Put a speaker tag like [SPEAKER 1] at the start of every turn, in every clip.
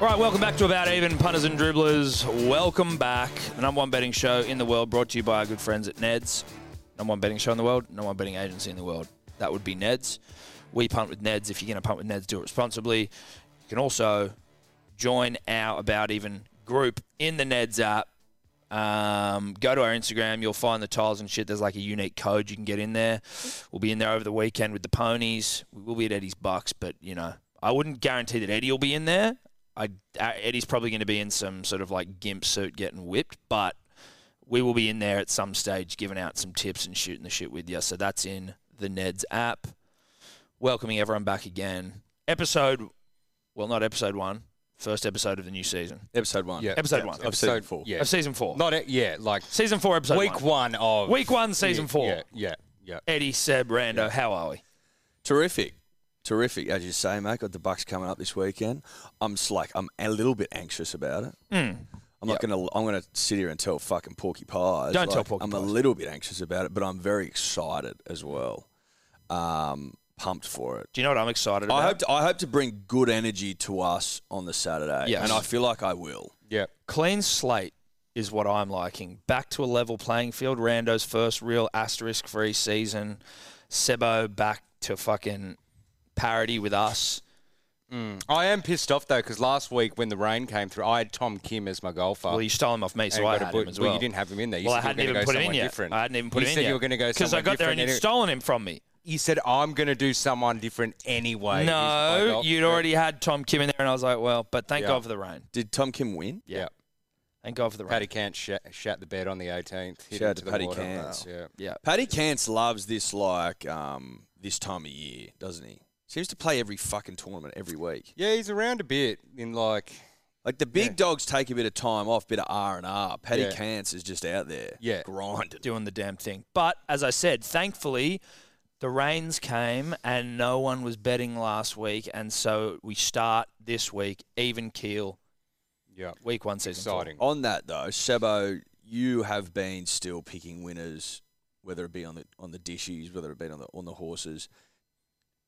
[SPEAKER 1] right, welcome back to About Even Punters and Dribblers. Welcome back. The number one betting show in the world brought to you by our good friends at Ned's. Number one betting show in the world, number one betting agency in the world. That would be Ned's. We punt with Ned's. If you're going to punt with Ned's, do it responsibly. You can also join our About Even group in the Ned's app. Um, go to our Instagram. You'll find the tiles and shit. There's like a unique code you can get in there. We'll be in there over the weekend with the ponies. We will be at Eddie's Bucks, but you know, I wouldn't guarantee that Eddie will be in there. I uh, Eddie's probably going to be in some sort of like gimp suit getting whipped, but we will be in there at some stage giving out some tips and shooting the shit with you. So that's in the Ned's app. Welcoming everyone back again. Episode, well, not episode one, first episode of the new season
[SPEAKER 2] Episode one.
[SPEAKER 3] Yeah.
[SPEAKER 1] Episode one.
[SPEAKER 2] Episode,
[SPEAKER 3] Episode-
[SPEAKER 2] four.
[SPEAKER 3] yeah.
[SPEAKER 1] of season four.
[SPEAKER 2] Not it. Yeah. Like
[SPEAKER 1] season four, episode
[SPEAKER 2] week one, of
[SPEAKER 1] Week one, season
[SPEAKER 2] yeah,
[SPEAKER 1] four.
[SPEAKER 2] Yeah. Yeah. Yeah.
[SPEAKER 1] Eddie, Seb, Rando, how are we?
[SPEAKER 4] Terrific. Terrific, as you say, mate. Got the Bucks coming up this weekend. I'm s- like, I'm a little bit anxious about it.
[SPEAKER 1] Hmm.
[SPEAKER 4] I'm not gonna. I'm gonna sit here and tell fucking Porky Pies.
[SPEAKER 1] Don't tell
[SPEAKER 4] like,
[SPEAKER 1] Porky
[SPEAKER 4] I'm a
[SPEAKER 1] Pies.
[SPEAKER 4] little bit anxious about it, but I'm very excited as well. Um, pumped for it.
[SPEAKER 1] Do you know what I'm excited about?
[SPEAKER 4] I hope. To, I hope to bring good energy to us on the Saturday,
[SPEAKER 1] Yes.
[SPEAKER 4] and I feel like I will.
[SPEAKER 2] Yeah.
[SPEAKER 1] Clean slate is what I'm liking. Back to a level playing field. Rando's first real asterisk free season. Sebo back to fucking parody with us.
[SPEAKER 2] Uh, I am pissed off though because last week when the rain came through, I had Tom Kim as my golfer.
[SPEAKER 1] Well, you stole him off me, so
[SPEAKER 2] And
[SPEAKER 1] I
[SPEAKER 2] got a
[SPEAKER 1] had
[SPEAKER 2] boot-
[SPEAKER 1] him as well.
[SPEAKER 2] you didn't have him in there. You
[SPEAKER 1] well, I
[SPEAKER 2] said you
[SPEAKER 1] hadn't
[SPEAKER 2] were
[SPEAKER 1] even
[SPEAKER 2] gonna go
[SPEAKER 1] put him in
[SPEAKER 2] somewhere
[SPEAKER 1] yet.
[SPEAKER 2] different.
[SPEAKER 1] I hadn't even put
[SPEAKER 2] You
[SPEAKER 1] him in
[SPEAKER 2] said
[SPEAKER 1] yet.
[SPEAKER 2] you were gonna go
[SPEAKER 1] because I
[SPEAKER 2] somewhere
[SPEAKER 1] got there and
[SPEAKER 2] different
[SPEAKER 1] you'd
[SPEAKER 2] anyway.
[SPEAKER 1] stolen him from me.
[SPEAKER 2] he said, "I'm going to do someone different anyway." He's my
[SPEAKER 1] No,
[SPEAKER 2] golf-
[SPEAKER 1] you'd already had Tom Kim in there, and I was like, well, but thank
[SPEAKER 2] Yeah.
[SPEAKER 1] God for the rain.
[SPEAKER 4] Did Tom Kim win?
[SPEAKER 2] Yeah.
[SPEAKER 1] Thank God for the rain.
[SPEAKER 2] Paddy Cant sh- shat the bed on the 18th. hit
[SPEAKER 4] Shout out
[SPEAKER 2] into
[SPEAKER 4] to
[SPEAKER 2] the
[SPEAKER 4] Paddy
[SPEAKER 2] water.
[SPEAKER 4] Cant.
[SPEAKER 2] Yeah.
[SPEAKER 1] Yeah.
[SPEAKER 4] Paddy Cance loves this like um, this time of year, doesn't he? Seems to play every fucking tournament every week.
[SPEAKER 2] Yeah, he's around a bit in like.
[SPEAKER 4] Like the big dogs take a bit of time off, bit of R and R. Paddy
[SPEAKER 2] Yeah.
[SPEAKER 4] Cance is just out there,
[SPEAKER 2] Yeah.
[SPEAKER 4] grinding.
[SPEAKER 1] doing the damn thing. But as I said, thankfully, the rains came and no one was betting last week, and so we start this week even keel,
[SPEAKER 2] Yeah.
[SPEAKER 1] week one season. four.
[SPEAKER 2] Exciting.
[SPEAKER 4] On that though, Sebo, you have been still picking winners, whether it be on the on the dishes, whether it be on the on the horses.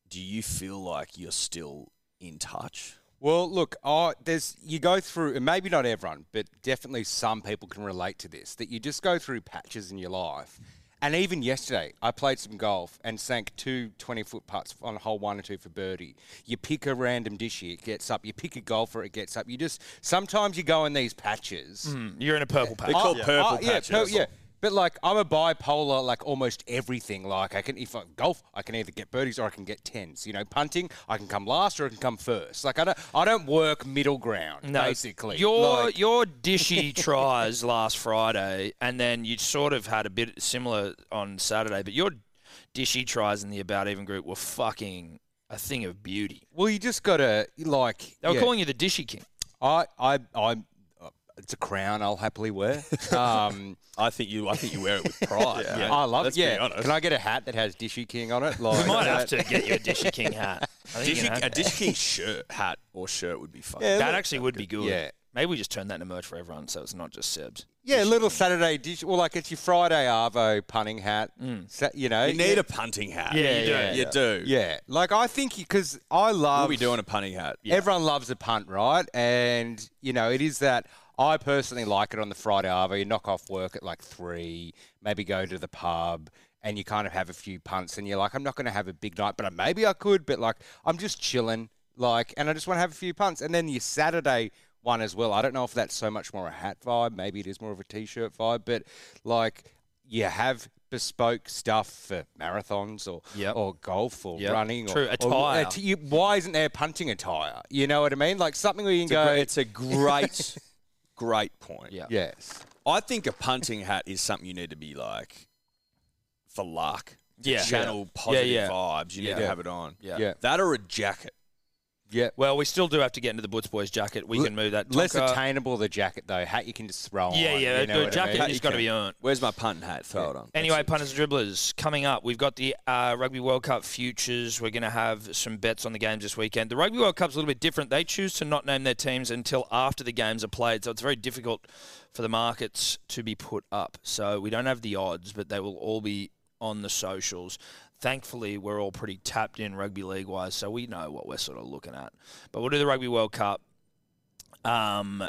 [SPEAKER 4] Do you feel like you're still in touch?
[SPEAKER 2] Well, look, I there's you go through, and maybe not everyone, but definitely some people can relate to this. That you just go through patches in your life, and even yesterday, I played some golf and sank two 20-foot putts on hole one and two for birdie. You pick a random dishy, it gets up. You pick a golfer, it gets up. You just sometimes you go in these patches.
[SPEAKER 1] Mm, You're in a purple patch.
[SPEAKER 4] They call
[SPEAKER 2] I-
[SPEAKER 4] purple
[SPEAKER 2] I- yeah,
[SPEAKER 4] patches.
[SPEAKER 2] pur- yeah. But like I'm a bipolar, like almost everything. Like I can, if I golf, I can either get birdies or I can get tens. You know, punting, I can come last or I can come first. Like I don't, I don't work middle ground.
[SPEAKER 1] No,
[SPEAKER 2] basically,
[SPEAKER 1] your
[SPEAKER 2] Like,
[SPEAKER 1] your dishy tries last Friday, and then you sort of had a bit similar on Saturday, but your dishy tries in the about even group were fucking a thing of beauty.
[SPEAKER 2] well, you just gotta like.
[SPEAKER 1] They were
[SPEAKER 2] yeah.
[SPEAKER 1] calling you the dishy king.
[SPEAKER 2] I, I, I. It's a crown I'll happily wear. Um,
[SPEAKER 4] I think you. I think you wear it with pride. mate.
[SPEAKER 2] I love.
[SPEAKER 4] Let's
[SPEAKER 2] it. yeah,
[SPEAKER 4] be honest.
[SPEAKER 2] can I get a hat that has Dishy King on it? Like, uh,
[SPEAKER 1] You might
[SPEAKER 2] that-
[SPEAKER 1] have to get you a dishy king hat. I think you're
[SPEAKER 4] Dish-
[SPEAKER 1] gonna have
[SPEAKER 4] a
[SPEAKER 1] to.
[SPEAKER 4] dish king shirt, hat, or shirt would be fun.
[SPEAKER 1] That actually would be good.
[SPEAKER 2] Yeah.
[SPEAKER 1] Maybe we just turn that into merch for everyone so it's not just Sebs.
[SPEAKER 2] Yeah, a little Saturday dish. Well, like it's your Friday Arvo punning hat.
[SPEAKER 1] Mm.
[SPEAKER 2] Sa- you know,
[SPEAKER 4] You need
[SPEAKER 2] yeah.
[SPEAKER 4] a punting hat.
[SPEAKER 1] Yeah, you do.
[SPEAKER 4] you do.
[SPEAKER 2] Yeah, like I think because I
[SPEAKER 4] we'll
[SPEAKER 2] love.
[SPEAKER 4] be doing a punting hat.
[SPEAKER 2] Everyone loves a punt, right? And you know, it is that I personally like it on the Friday arvo. You knock off work at like three, maybe go to the pub, and you kind of have a few punts, and you're like, I'm not going to have a big night, but I, maybe I could. But like, I'm just chilling, like, and I just want to have a few punts, and then your Saturday. One as well. I don't know if that's so much more a hat vibe. Maybe it is more of a t-shirt vibe, but like you have bespoke stuff for marathons or
[SPEAKER 1] Yep.
[SPEAKER 2] or golf or
[SPEAKER 1] Yep.
[SPEAKER 2] running.
[SPEAKER 1] True,
[SPEAKER 2] or,
[SPEAKER 1] attire.
[SPEAKER 2] Or, uh, t- you, why isn't there punting attire? You know what I mean? Like something where you
[SPEAKER 4] It's a,
[SPEAKER 2] can
[SPEAKER 4] gre-
[SPEAKER 2] go.
[SPEAKER 4] it's a great, great point.
[SPEAKER 1] Yeah.
[SPEAKER 2] yes.
[SPEAKER 4] I think a punting hat is something you need to be like for luck. to
[SPEAKER 1] Yeah.
[SPEAKER 4] Channel
[SPEAKER 1] Yeah.
[SPEAKER 4] positive
[SPEAKER 1] Yeah, yeah.
[SPEAKER 4] vibes. You need
[SPEAKER 1] Yeah.
[SPEAKER 4] to have it on.
[SPEAKER 1] Yeah.
[SPEAKER 2] Yeah.
[SPEAKER 4] That or a jacket.
[SPEAKER 2] Yeah.
[SPEAKER 1] Well, we still do have to get into the Butts Boys jacket. We
[SPEAKER 2] L-
[SPEAKER 1] can move that.
[SPEAKER 2] Less
[SPEAKER 1] Tonka.
[SPEAKER 2] attainable the jacket though. Hat you can just throw on.
[SPEAKER 1] Yeah, yeah.
[SPEAKER 2] You know
[SPEAKER 1] the
[SPEAKER 2] what I
[SPEAKER 1] jacket
[SPEAKER 2] mean?
[SPEAKER 1] has got to be earned.
[SPEAKER 4] Where's my punting hat? Throw it on.
[SPEAKER 1] Anyway, punters and dribblers, coming up, we've got the uh, Rugby World Cup futures. We're going to have some bets on the games this weekend. The Rugby World Cup's a little bit different. They choose to not name their teams until after the games are played, so it's very difficult for the markets to be put up. So we don't have the odds, but they will all be on the socials. Thankfully, we're all pretty tapped in rugby league wise, so we know what we're sort of looking at. But we'll do the Rugby World Cup. Um,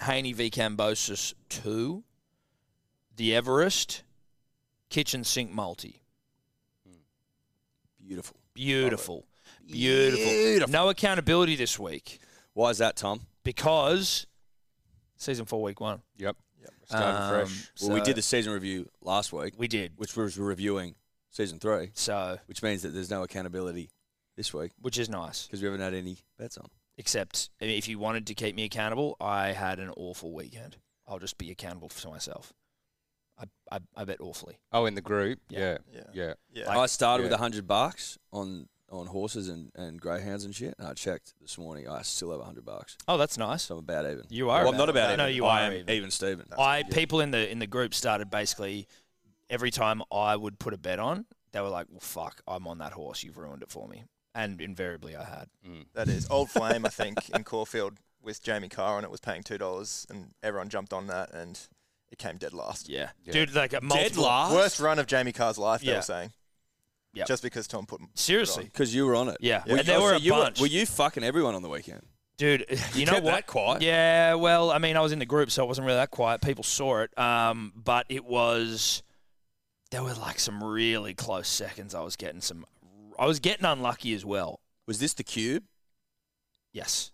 [SPEAKER 1] Haney v Cambosis 2, the Everest, kitchen sink multi.
[SPEAKER 4] Beautiful.
[SPEAKER 1] Beautiful. Beautiful.
[SPEAKER 4] Beautiful.
[SPEAKER 1] No accountability this week
[SPEAKER 4] Why is that, Tom?
[SPEAKER 1] because season four, week one.
[SPEAKER 2] Yep. Starting
[SPEAKER 1] Um,
[SPEAKER 2] fresh.
[SPEAKER 4] Well, we
[SPEAKER 1] so-
[SPEAKER 4] did the season review last week,
[SPEAKER 1] We did.
[SPEAKER 4] which was reviewing season three,
[SPEAKER 1] So,
[SPEAKER 4] which means that there's no accountability this week
[SPEAKER 1] which is nice.
[SPEAKER 4] because we haven't had any bets on.
[SPEAKER 1] Except I mean, if you wanted to keep me accountable, I had an awful weekend. I'll just be accountable to myself. I, I, I bet awfully.
[SPEAKER 2] Oh, in the group.
[SPEAKER 1] Yeah.
[SPEAKER 2] Yeah.
[SPEAKER 3] Yeah.
[SPEAKER 2] Yeah.
[SPEAKER 3] Yeah.
[SPEAKER 4] I started with
[SPEAKER 2] yeah.
[SPEAKER 4] with hundred bucks on on horses and, and greyhounds and shit. And I checked this morning. I still have hundred bucks,
[SPEAKER 1] Oh, that's nice.
[SPEAKER 4] so I'm about even.
[SPEAKER 1] You are.
[SPEAKER 4] well, I'm not
[SPEAKER 1] about
[SPEAKER 4] about
[SPEAKER 1] it.
[SPEAKER 4] even.
[SPEAKER 1] No, you
[SPEAKER 4] I
[SPEAKER 1] are
[SPEAKER 4] am
[SPEAKER 1] even.
[SPEAKER 4] even, Stephen.
[SPEAKER 1] I people in the in the group started basically every time I would put a bet on, they were like, "Well, fuck, I'm on that horse. You've ruined it for me." And invariably, I had.
[SPEAKER 3] That is old flame, I think, in Caulfield with Jamie Carr, and it was paying two dollars, and everyone jumped on that, and it came dead last.
[SPEAKER 1] Yeah,
[SPEAKER 2] Yeah.
[SPEAKER 1] dude, like a multiple.
[SPEAKER 3] Worst run of Jamie Carr's life, they
[SPEAKER 1] Yeah.
[SPEAKER 3] were saying.
[SPEAKER 1] Yep.
[SPEAKER 3] Just because Tom put.
[SPEAKER 1] Seriously,
[SPEAKER 4] because you were on it.
[SPEAKER 1] yeah.
[SPEAKER 3] Yeah.
[SPEAKER 1] And there
[SPEAKER 4] you,
[SPEAKER 1] were
[SPEAKER 4] so
[SPEAKER 1] a
[SPEAKER 4] you
[SPEAKER 1] bunch,
[SPEAKER 4] Were, you fucking everyone on the weekend?
[SPEAKER 1] dude. You, know
[SPEAKER 4] kept
[SPEAKER 1] what?
[SPEAKER 4] that quiet.
[SPEAKER 1] Yeah, well, I mean, I was in the group, so it wasn't really that quiet. People saw it, um, but it was. There were like some really close seconds. I was getting some. I was getting unlucky as well.
[SPEAKER 4] Was this the cube?
[SPEAKER 1] Yes.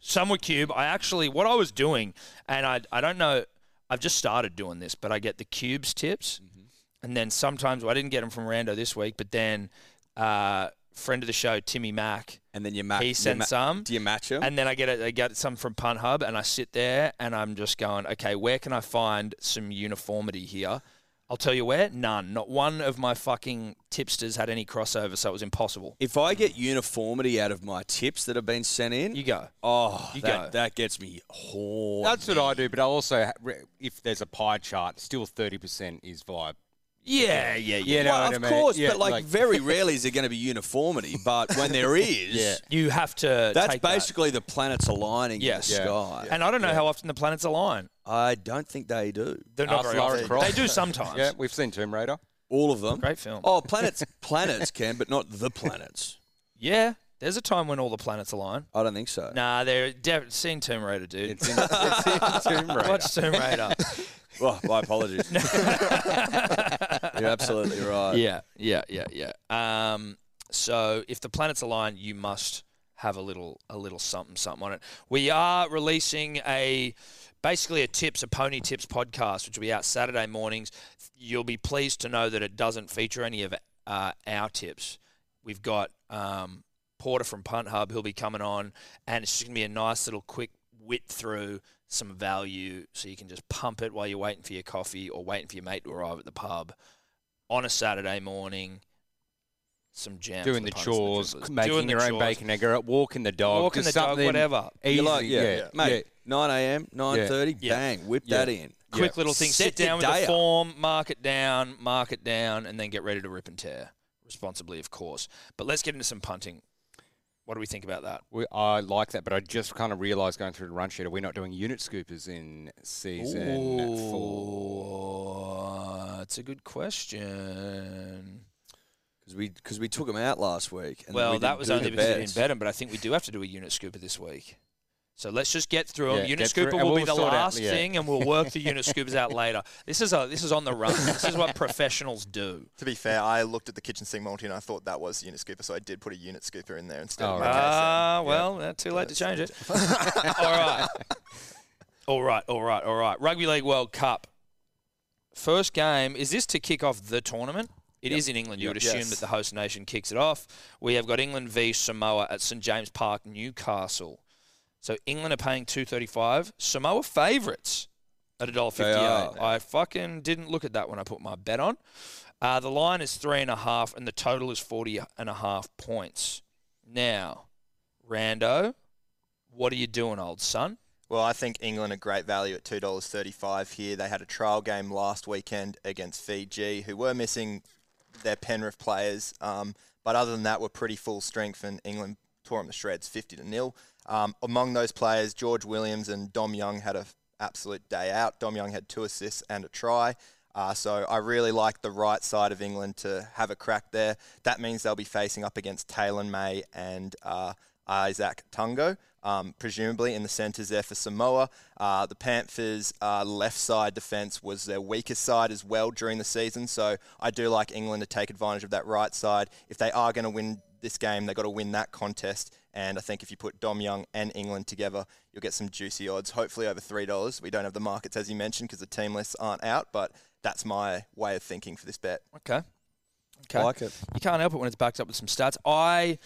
[SPEAKER 1] Some were cube. I actually, what I was doing, and I, I don't know, I've just started doing this, but I get the cubes tips,
[SPEAKER 4] Mm-hmm.
[SPEAKER 1] and then sometimes well, I didn't get them from Rando this week, but then uh, friend of the show Timmy Mack,
[SPEAKER 4] And then you match.
[SPEAKER 1] he sent some,
[SPEAKER 4] Do you match them?
[SPEAKER 1] and then I get it, I get some from Punt Hub, and I sit there and I'm just going, okay, where can I find some uniformity here? I'll tell you where, none. Not one of my fucking tipsters had any crossover, so it was impossible.
[SPEAKER 4] if I get uniformity out of my tips that have been sent in,
[SPEAKER 1] You go.
[SPEAKER 4] oh,
[SPEAKER 1] you
[SPEAKER 4] that,
[SPEAKER 1] go.
[SPEAKER 4] that gets me horny.
[SPEAKER 2] That's what I do, but I also, ha- re- if there's a pie chart, still 30% is vibe.
[SPEAKER 1] Yeah, yeah, yeah.
[SPEAKER 2] You know
[SPEAKER 4] well,
[SPEAKER 2] what
[SPEAKER 4] of
[SPEAKER 2] I mean?
[SPEAKER 4] course,
[SPEAKER 2] Yeah,
[SPEAKER 4] but like, very rarely is there going to be uniformity. But when there is,
[SPEAKER 2] Yeah.
[SPEAKER 1] You have to.
[SPEAKER 4] that's
[SPEAKER 1] take that.
[SPEAKER 4] basically the planets aligning
[SPEAKER 1] Yes.
[SPEAKER 4] in the
[SPEAKER 2] Yeah.
[SPEAKER 4] sky.
[SPEAKER 1] And I don't know how often the planets align.
[SPEAKER 4] I don't think they do.
[SPEAKER 1] They're not
[SPEAKER 2] Ask
[SPEAKER 1] very
[SPEAKER 2] Lara
[SPEAKER 1] often.
[SPEAKER 2] Croft.
[SPEAKER 1] They do sometimes.
[SPEAKER 2] yeah, we've seen Tomb Raider.
[SPEAKER 4] All of them.
[SPEAKER 1] Great film.
[SPEAKER 4] Oh, planets, planets can, but not the planets.
[SPEAKER 1] Yeah. There's a time when all the planets align.
[SPEAKER 4] I don't think so.
[SPEAKER 1] Nah, they're def- seen Tomb Raider, dude.
[SPEAKER 2] It's in, it's in Tomb Raider.
[SPEAKER 1] Watch Tomb Raider.
[SPEAKER 4] Well, Oh, my apologies. You're absolutely right.
[SPEAKER 1] yeah, yeah, yeah, yeah. Um, so if the planets align, you must have a little, a little something, something on it. We are releasing a basically a tips, a pony tips podcast, which will be out Saturday mornings. You'll be pleased to know that it doesn't feature any of uh, our tips. We've got um, Porter from Punt Hub. He'll be coming on, and it's just gonna be a nice little quick whip through some value, so you can just pump it while you're waiting for your coffee or waiting for your mate to arrive at the pub on a Saturday morning. Some jam, for
[SPEAKER 2] Doing the
[SPEAKER 1] punters and
[SPEAKER 2] chores,
[SPEAKER 1] dribblers.
[SPEAKER 2] making
[SPEAKER 1] Doing the
[SPEAKER 2] your own
[SPEAKER 1] chores,
[SPEAKER 2] bacon egg, walking the dog,
[SPEAKER 1] walking the
[SPEAKER 2] just
[SPEAKER 1] dog,
[SPEAKER 2] something
[SPEAKER 1] whatever.
[SPEAKER 2] Easy,
[SPEAKER 4] You're like, yeah,
[SPEAKER 2] yeah,
[SPEAKER 4] mate, 9 a.m., 9.30,
[SPEAKER 1] Yeah.
[SPEAKER 4] bang, whip
[SPEAKER 2] Yeah.
[SPEAKER 4] that in.
[SPEAKER 1] quick
[SPEAKER 2] Yeah.
[SPEAKER 1] little thing.
[SPEAKER 4] Set
[SPEAKER 1] Sit
[SPEAKER 4] the
[SPEAKER 1] down with
[SPEAKER 4] day
[SPEAKER 1] the
[SPEAKER 4] up.
[SPEAKER 1] form, mark it down, mark it down, and then get ready to rip and tear responsibly, of course. But let's get into some punting. What do we think about that?
[SPEAKER 2] We, I like that, but I just kind of realised going through the run sheet, are we not doing unit scoopers in season four?
[SPEAKER 1] Ooh, it's a good question.
[SPEAKER 4] Because we, cause we took them out last week. And
[SPEAKER 1] well,
[SPEAKER 4] we
[SPEAKER 1] that
[SPEAKER 4] didn't
[SPEAKER 1] was
[SPEAKER 4] do
[SPEAKER 1] only
[SPEAKER 4] the
[SPEAKER 1] because you didn't
[SPEAKER 4] bets.
[SPEAKER 1] bet 'em, but I think we do have to do a unit scooper this week. So let's just get through 'em.
[SPEAKER 2] Yeah,
[SPEAKER 1] unit
[SPEAKER 2] get through-
[SPEAKER 1] scooper
[SPEAKER 2] and
[SPEAKER 1] will be
[SPEAKER 2] we'll
[SPEAKER 1] the
[SPEAKER 2] sort out-
[SPEAKER 1] last
[SPEAKER 2] yeah.
[SPEAKER 1] thing, and we'll work the unit scoopers out later. This is a, this is on the run. this is what professionals do.
[SPEAKER 3] To be fair, I looked at the kitchen sink multi and I thought that was unit scooper, so I did put a unit scooper in there instead.
[SPEAKER 2] Oh,
[SPEAKER 3] of my
[SPEAKER 2] right.
[SPEAKER 3] case,
[SPEAKER 1] Ah,
[SPEAKER 3] and-
[SPEAKER 1] well, uh, too late to change it. all right. All right, all right, all right. Rugby League World Cup. First game, is this to kick off the tournament? It is in England. You would assume
[SPEAKER 3] Yes.
[SPEAKER 1] that the host nation kicks it off. We have got England v Samoa at St James Park, Newcastle. So England are paying 235. Samoa favourites at $1.58.
[SPEAKER 4] are.
[SPEAKER 1] I fucking didn't look at that when I put my bet on. Uh, the line is three and a half, and the total is 40 and a half points. Now, Rando, what are you doing, old son?
[SPEAKER 3] Well, I think England are great value at two dollars thirty-five here. They had a trial game last weekend against Fiji, who were missing their Penrith players, um, but other than that, were pretty full strength, and England tore them to shreds, fifty to nil. Um, among those players, George Williams and Dom Young had an absolute day out. Dom Young had two assists and a try. Uh, so I really like the right side of England to have a crack there. That means they'll be facing up against Taylor May and uh, Isaac Tungo. Um, presumably in the centres there for Samoa. Uh, the Panthers' uh, left side defence was their weakest side as well during the season, so I do like England to take advantage of that right side. If they are going to win this game, they've got to win that contest, and I think if you put Dom Young and England together, you'll get some juicy odds, hopefully over $3. We don't have the markets, as you mentioned, because the team lists aren't out, but that's my way of thinking for this bet.
[SPEAKER 1] Okay. Okay.
[SPEAKER 4] like it.
[SPEAKER 1] you can't help it when it's backed up with some stats. I,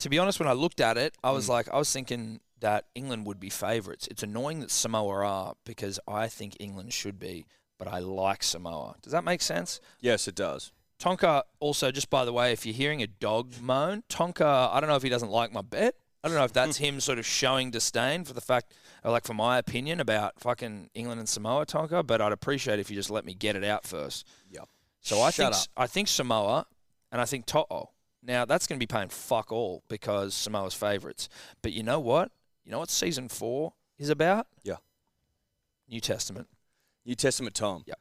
[SPEAKER 1] to be honest, when I looked at it, I was like, I was thinking that England would be favourites. It's annoying that Samoa are because I think England should be, but I like Samoa. Does that make sense?
[SPEAKER 4] Yes, it does.
[SPEAKER 1] Tonka also, just by the way, if you're hearing a dog moan, Tonka, I don't know if he doesn't like my bet. I don't know if that's
[SPEAKER 4] Hmm.
[SPEAKER 1] him sort of showing disdain for the fact, or like for my opinion about fucking England and Samoa, Tonka. But I'd appreciate if you just let me get it out first.
[SPEAKER 4] Yep.
[SPEAKER 1] So I
[SPEAKER 4] Shut
[SPEAKER 1] think I think Samoa, and I think To'o. Now that's going to be paying fuck all because Samoa's favourites. But you know what? You know what season four is about?
[SPEAKER 4] Yeah.
[SPEAKER 1] New Testament.
[SPEAKER 4] New Testament Tom.
[SPEAKER 1] Yep.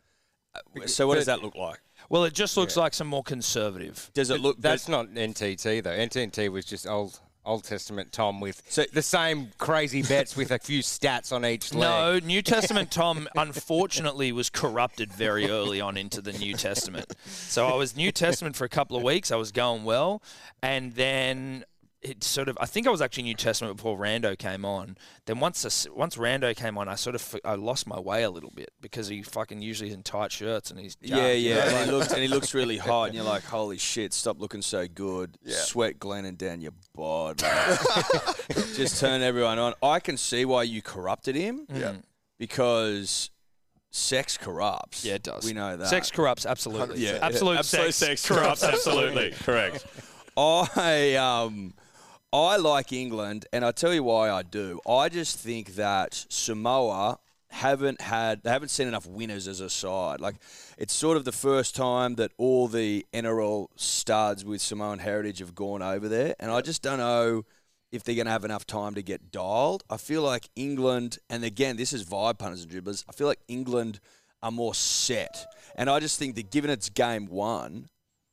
[SPEAKER 4] Uh, So what does
[SPEAKER 2] But-
[SPEAKER 4] that look like?
[SPEAKER 1] Well, it just looks like some more conservative.
[SPEAKER 4] Does it look?
[SPEAKER 2] That's
[SPEAKER 4] That's
[SPEAKER 2] not NTT though. NTT was just old Old Testament Tom with
[SPEAKER 4] So-
[SPEAKER 2] the same crazy bets with a few stats on each leg.
[SPEAKER 1] No, New Testament Tom unfortunately was corrupted very early on into the New Testament. So I was New Testament for a couple of weeks. I was going well, and then it sort of. I think I was actually New Testament before Rando came on. Then once this- once Rando came on, I sort of f- I lost my way a little bit because he fucking usually is in tight shirts and he's
[SPEAKER 4] yeah,
[SPEAKER 1] jacked, you know,
[SPEAKER 4] yeah.
[SPEAKER 1] like-
[SPEAKER 4] and, he looks, and he looks really hot, and you're like, holy shit, stop looking so good. Sweat glinting down your bod. man. Just turn everyone on. I can see why you corrupted him.
[SPEAKER 1] Mm.
[SPEAKER 4] Yeah. Because sex corrupts.
[SPEAKER 1] Yeah, it does.
[SPEAKER 4] We know that.
[SPEAKER 1] Sex corrupts, absolutely.
[SPEAKER 3] Yeah.
[SPEAKER 1] absolute,
[SPEAKER 5] Absolute
[SPEAKER 1] sex.
[SPEAKER 5] sex, corrupts, absolutely. Correct.
[SPEAKER 4] I um I like England, and I tell you why I do. I just think that Samoa haven't had they haven't seen enough winners as a side. Like it's sort of the first time that all the NRL studs with Samoan heritage have gone over there, and I just don't know if they're going to have enough time to get dialed. I feel like England, and again, this is vibe punters and dribblers. I feel like England are more set, and I just think that given it's game one,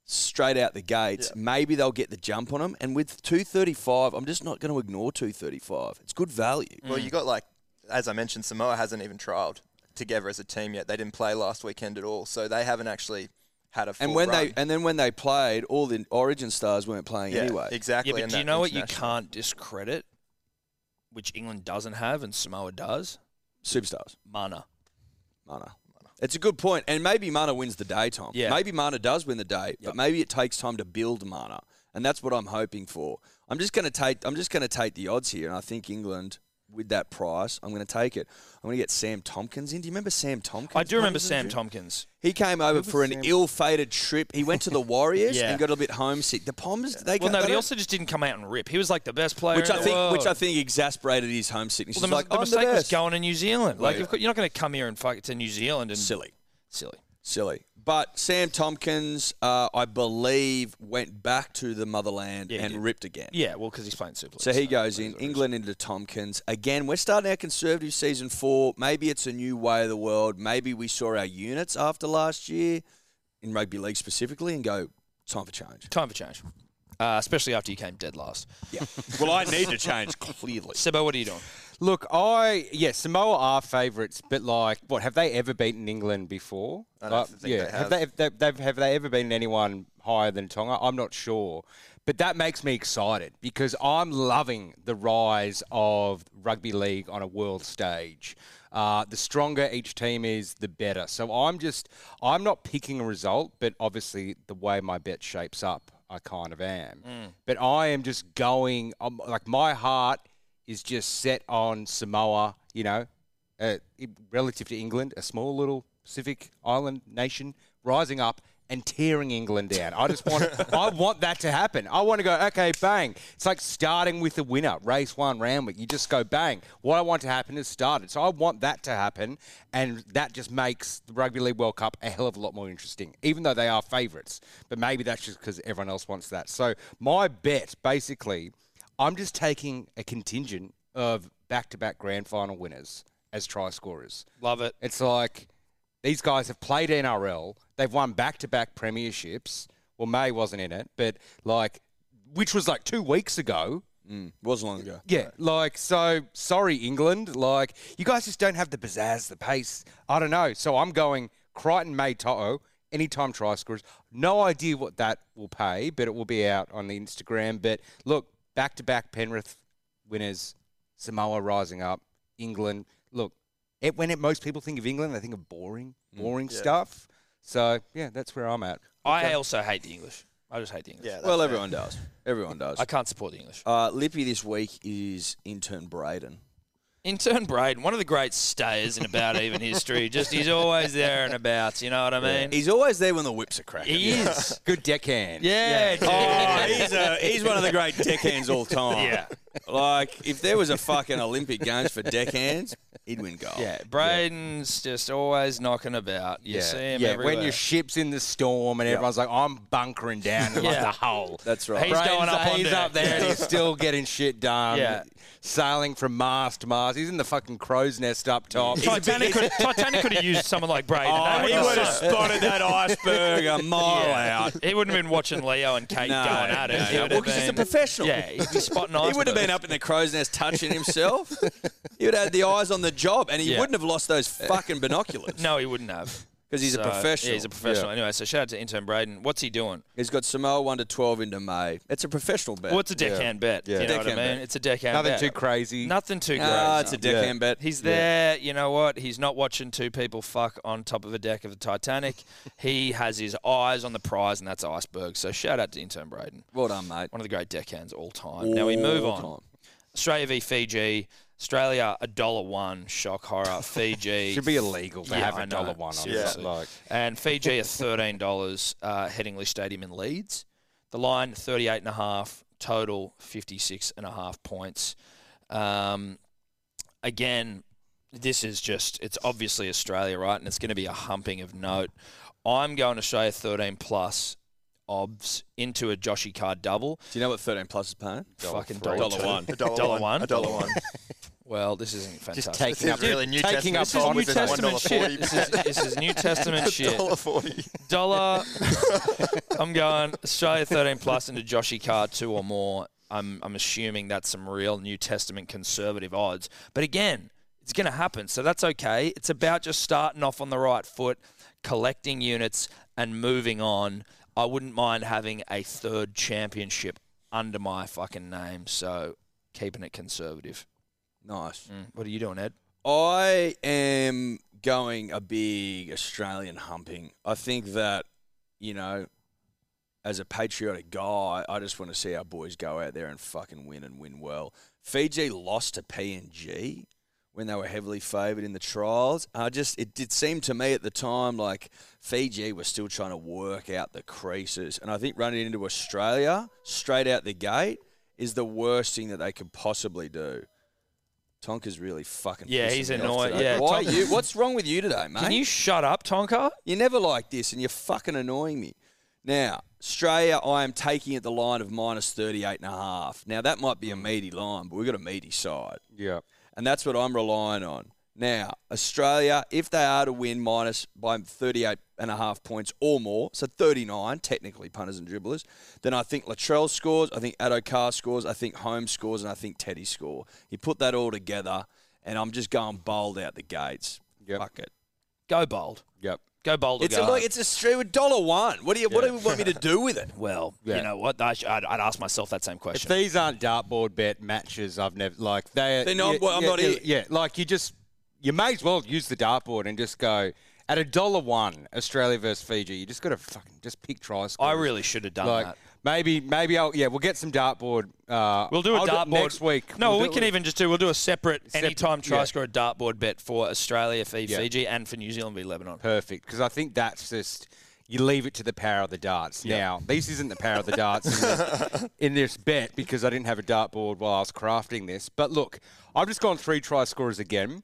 [SPEAKER 4] straight out the gates. Maybe they'll get the jump on them. And with 235, I'm just not going to ignore 235. It's good value.
[SPEAKER 1] Mm.
[SPEAKER 3] Well, you got like, as I mentioned, Samoa hasn't even trialed together as a team yet. They didn't play last weekend at all, so they haven't actually had a. Full
[SPEAKER 4] And when
[SPEAKER 3] run.
[SPEAKER 4] they and then when they played, all the Origin stars weren't playing
[SPEAKER 3] yeah,
[SPEAKER 4] anyway.
[SPEAKER 3] exactly.
[SPEAKER 1] Yeah, but
[SPEAKER 3] and
[SPEAKER 1] do you
[SPEAKER 3] that
[SPEAKER 1] know what you
[SPEAKER 3] international-
[SPEAKER 1] can't discredit, which England doesn't have and Samoa does?
[SPEAKER 4] Superstars,
[SPEAKER 1] Mana.
[SPEAKER 4] Mana. It's a good point, and maybe Mana wins the day, Tom.
[SPEAKER 1] Yeah.
[SPEAKER 4] Maybe Mana does win the day, but maybe it takes time to build Mana, and that's what I'm hoping for. I'm just going to take. I'm just going to take the odds here, and I think England with that price, I'm going to take it. I'm going to get Sam Tompkins in. Do you remember Sam Tompkins?
[SPEAKER 1] I do remember
[SPEAKER 4] Brothers and
[SPEAKER 1] Sam
[SPEAKER 4] Dribblers?
[SPEAKER 1] Tompkins.
[SPEAKER 4] He came over for an ill-fated trip. He went to the Warriors
[SPEAKER 1] Yeah.
[SPEAKER 4] and got a bit homesick. The Poms,
[SPEAKER 1] Well,
[SPEAKER 4] they ca-
[SPEAKER 1] no,
[SPEAKER 4] they
[SPEAKER 1] but he
[SPEAKER 4] don't-
[SPEAKER 1] also just didn't come out and rip. He was like the best player.
[SPEAKER 4] which
[SPEAKER 1] in
[SPEAKER 4] I
[SPEAKER 1] the
[SPEAKER 4] think,
[SPEAKER 1] world.
[SPEAKER 4] which I think exacerbated his homesickness.
[SPEAKER 1] well, the,
[SPEAKER 4] He's like,
[SPEAKER 1] the
[SPEAKER 4] I'm
[SPEAKER 1] mistake
[SPEAKER 4] the
[SPEAKER 1] was
[SPEAKER 4] best.
[SPEAKER 1] going to New Zealand. Like,
[SPEAKER 4] Yeah.
[SPEAKER 1] of course- you're not going to come here and fuck it to New Zealand and
[SPEAKER 4] silly,
[SPEAKER 1] silly.
[SPEAKER 4] silly. But Sam Tompkins, uh, I believe, went back to the motherland
[SPEAKER 1] Yeah, he
[SPEAKER 4] and
[SPEAKER 1] did.
[SPEAKER 4] ripped again.
[SPEAKER 1] Yeah, well, because he's playing Super League.
[SPEAKER 4] So he goes in England into Tompkins again. We're starting our conservative season four. Maybe it's a new way of the world. Maybe we saw our units after last year in rugby league specifically, and go time for change.
[SPEAKER 1] Time for change, uh, especially after you came dead last.
[SPEAKER 5] Well, I need to change.
[SPEAKER 4] Clearly,
[SPEAKER 1] Sebo, what are you doing?
[SPEAKER 2] Look, I yeah, Samoa are favourites, but like, what have they ever beaten England before?
[SPEAKER 3] I don't
[SPEAKER 2] Like,
[SPEAKER 3] think they
[SPEAKER 2] yeah,
[SPEAKER 3] have.
[SPEAKER 2] they have they, they've, have they ever beaten anyone higher than Tonga? I'm not sure, but that makes me excited because I'm loving the rise of rugby league on a world stage. Uh, the stronger each team is, the better. So I'm just I'm not picking a result, but obviously the way my bet shapes up, I kind of am. But I am just going. I'm, like my heart is just set on Samoa. You know, uh, i- relative to England, a small little Pacific island nation rising up and tearing England down. I just want I want that to happen. I want to go okay, bang. It's like starting with the winner, race one, round week. You just go bang. What I want to happen is started. So I want that to happen, and that just makes the Rugby League World Cup a hell of a lot more interesting. Even though they are favourites, but maybe that's just because everyone else wants that. So my bet, basically, I'm just taking a contingent of back-to-back grand final winners as try scorers.
[SPEAKER 1] Love it.
[SPEAKER 2] It's like these guys have played NRL. They've won back-to-back premierships. Well, May wasn't in it, but like, which was like two weeks ago.
[SPEAKER 4] Mm. Wasn't long ago.
[SPEAKER 2] Yeah, like so. Sorry, England. Like you guys just don't have the pizzazz, the pace. I don't know. So I'm going Crichton, May, Toto, anytime try scorers. No idea what that will pay, but it will be out on the Instagram. But look, back to back Penrith winners, Samoa rising up, England. Look, it, when it, most people think of England, they think of boring, boring stuff. So yeah, that's where I'm at.
[SPEAKER 1] I also hate the English. I just hate the English.
[SPEAKER 3] Yeah, that's
[SPEAKER 4] Well,
[SPEAKER 3] fair.
[SPEAKER 4] everyone does. Everyone does.
[SPEAKER 1] I can't support the English.
[SPEAKER 4] Uh, Lippy this week is intern Braden.
[SPEAKER 1] Intern Braden, one of the great stayers in about even history. Just he's always there and about. You know what I mean?
[SPEAKER 4] He's always there when the whips are cracking.
[SPEAKER 1] He is.
[SPEAKER 2] Good deckhand.
[SPEAKER 1] Yeah. dude.
[SPEAKER 4] Oh, he's, a, he's one of the great deckhands all time.
[SPEAKER 1] Yeah.
[SPEAKER 4] Like, if there was a fucking Olympic Games for deckhands, he'd win gold.
[SPEAKER 1] Yeah, Braden's just always knocking about. You see him
[SPEAKER 2] yeah.
[SPEAKER 1] everywhere.
[SPEAKER 2] When your ship's in the storm and everyone's like, I'm bunkering down in like
[SPEAKER 1] Yeah.
[SPEAKER 2] the hole.
[SPEAKER 4] That's right.
[SPEAKER 1] He's going up on
[SPEAKER 2] he's
[SPEAKER 1] deck.
[SPEAKER 2] up there and he's still getting shit done.
[SPEAKER 1] Yeah.
[SPEAKER 2] Sailing from mast to mast. He's in the fucking crow's nest up top.
[SPEAKER 1] Titanic, could, Titanic could have used someone like Braden.
[SPEAKER 5] Oh,
[SPEAKER 1] They
[SPEAKER 5] he
[SPEAKER 1] would've
[SPEAKER 5] would have
[SPEAKER 1] sucked.
[SPEAKER 5] spotted that iceberg a mile out.
[SPEAKER 1] He wouldn't have been watching Leo and Kate
[SPEAKER 4] No,
[SPEAKER 1] going at it.
[SPEAKER 4] no,
[SPEAKER 1] He
[SPEAKER 4] no.
[SPEAKER 1] would
[SPEAKER 4] Well,
[SPEAKER 1] have
[SPEAKER 4] 'cause he's a
[SPEAKER 1] been-
[SPEAKER 4] professional.
[SPEAKER 1] Yeah, he'd be spotting
[SPEAKER 4] He would have been up in the crow's nest touching himself. he would have had the eyes on the job, and he
[SPEAKER 1] Yeah.
[SPEAKER 4] wouldn't have lost those fucking binoculars.
[SPEAKER 1] No, he wouldn't have.
[SPEAKER 4] 'Cause he's
[SPEAKER 1] So,
[SPEAKER 4] a professional.
[SPEAKER 1] Yeah, he's a professional. Anyway, so shout out to intern Braden. What's he doing?
[SPEAKER 4] He's got Samoa 1 to 12 into May. It's a professional bet.
[SPEAKER 1] Well, it's a deckhand bet. You know what I mean?
[SPEAKER 4] Deckhand bet.
[SPEAKER 1] It's a deckhand
[SPEAKER 2] Nothing
[SPEAKER 1] bet.
[SPEAKER 2] too crazy.
[SPEAKER 1] Nothing too
[SPEAKER 4] Ah,
[SPEAKER 1] crazy.
[SPEAKER 4] it's a deckhand bet.
[SPEAKER 1] He's there. You know what? He's not watching two people fuck on top of a deck of the Titanic. he has his eyes on the prize, and that's iceberg. So shout out to intern Braden,
[SPEAKER 4] Well done, mate.
[SPEAKER 1] uh, one of the great deckhands all time. now we move
[SPEAKER 4] All
[SPEAKER 1] on.
[SPEAKER 4] time.
[SPEAKER 1] Australia v Fiji. Australia a dollar one. Shock horror. Fiji
[SPEAKER 2] Should be illegal to
[SPEAKER 1] Yeah,
[SPEAKER 2] have
[SPEAKER 1] I
[SPEAKER 2] a
[SPEAKER 1] know.
[SPEAKER 2] dollar one on it.
[SPEAKER 1] Seriously.
[SPEAKER 2] Like,
[SPEAKER 1] and Fiji are thirteen dollars. Uh, Headingley Stadium in Leeds. The line thirty-eight and a half total, fifty-six and a half points. Um, again, this is just—it's obviously Australia, right? And it's going to be a humping of note. I'm going Australia thirteen plus obs into a Joshy card double.
[SPEAKER 4] Do you know what 13 plus is paying?
[SPEAKER 1] Fucking dollar,
[SPEAKER 5] Dollar
[SPEAKER 1] two.
[SPEAKER 5] one.
[SPEAKER 3] A dollar,
[SPEAKER 1] Dollar
[SPEAKER 3] one.
[SPEAKER 1] one.
[SPEAKER 3] A dollar one.
[SPEAKER 1] Well, this isn't fantastic.
[SPEAKER 3] This
[SPEAKER 2] just taking up,
[SPEAKER 3] is really New
[SPEAKER 2] taking
[SPEAKER 3] Testament.
[SPEAKER 2] up
[SPEAKER 3] This
[SPEAKER 1] this is
[SPEAKER 3] on
[SPEAKER 1] New
[SPEAKER 3] with this
[SPEAKER 1] Testament
[SPEAKER 3] $1.40.
[SPEAKER 1] shit. This is, this is New Testament shit.
[SPEAKER 3] Dollar forty.
[SPEAKER 1] dollar. I'm going Australia 13 plus into Joshy Carr two or more. I'm I'm assuming that's some real New Testament conservative odds. But again, it's going to happen, so that's okay. It's about just starting off on the right foot, collecting units, and moving on. I wouldn't mind having a third championship under my fucking name. So keeping it conservative.
[SPEAKER 4] Nice.
[SPEAKER 1] Mm. What are you doing, Ed?
[SPEAKER 4] I am going a big Australian humping. I think that, you know, as a patriotic guy, I just want to see our boys go out there and fucking win and win well. Fiji lost to PNG when they were heavily favoured in the trials. I just it did seem to me at the time like Fiji were still trying to work out the creases, and I think running into Australia straight out the gate is the worst thing that they could possibly do. Tonka's really fucking
[SPEAKER 1] Yeah,
[SPEAKER 4] pissing
[SPEAKER 1] he's
[SPEAKER 4] me off
[SPEAKER 1] annoying.
[SPEAKER 4] today.
[SPEAKER 1] Yeah,
[SPEAKER 4] why are
[SPEAKER 1] Tonka-
[SPEAKER 4] you? What's wrong with you today, mate?
[SPEAKER 1] Can you shut up, Tonka?
[SPEAKER 4] You're never like this, and you're fucking annoying me. Now, Australia, I am taking at the line of minus 38 and a half. Now, that might be a meaty line, but we've got a meaty side.
[SPEAKER 2] yeah.
[SPEAKER 4] And that's what I'm relying on. Now, Australia, if they are to win minus by 38 and a half points or more, so 39 technically punters and dribblers, then I think Latrell scores, I think Adokar scores, I think Holmes scores, and I think Teddy score. You put that all together, and I'm just going bold out the gates.
[SPEAKER 2] Yep.
[SPEAKER 4] Fuck it.
[SPEAKER 1] Go bold.
[SPEAKER 2] Yep.
[SPEAKER 1] Go bold. or
[SPEAKER 4] It's
[SPEAKER 1] go
[SPEAKER 4] a,
[SPEAKER 1] home.
[SPEAKER 4] like, it's a straight dollar one. What do you What do you want me to do with it?
[SPEAKER 1] Well,
[SPEAKER 2] Yeah.
[SPEAKER 1] you know what? I sh- I'd, I'd ask myself that same
[SPEAKER 2] If
[SPEAKER 1] question.
[SPEAKER 2] these aren't dartboard bet matches, I've never like they.
[SPEAKER 4] They're not-
[SPEAKER 2] Yeah,
[SPEAKER 4] well, I'm
[SPEAKER 2] yeah,
[SPEAKER 4] not
[SPEAKER 1] e-,
[SPEAKER 2] yeah,
[SPEAKER 4] here.
[SPEAKER 2] Yeah, like you just you may as well use the dartboard and just go at a dollar one Australia versus Fiji. You just got to fucking just pick try scorers.
[SPEAKER 1] I really should have done
[SPEAKER 2] like
[SPEAKER 1] that.
[SPEAKER 2] maybe maybe I'll yeah we'll get some dartboard. Uh,
[SPEAKER 1] We'll do a
[SPEAKER 2] I'll it
[SPEAKER 1] dartboard
[SPEAKER 2] next week.
[SPEAKER 1] No,
[SPEAKER 2] We'll
[SPEAKER 1] we
[SPEAKER 2] do
[SPEAKER 1] can
[SPEAKER 2] it-
[SPEAKER 1] even just do. We'll do a separate,
[SPEAKER 2] Separate,
[SPEAKER 1] anytime try
[SPEAKER 2] yeah.
[SPEAKER 1] score a dartboard bet for Australia v
[SPEAKER 2] Yeah.
[SPEAKER 1] Fiji and for New Zealand v Lebanon.
[SPEAKER 2] perfect because I think that's just you leave it to the power of the darts. Now this isn't the power of the darts in, this, in this bet because I didn't have a dartboard while I was crafting this. But look, I've just gone three try scorers again,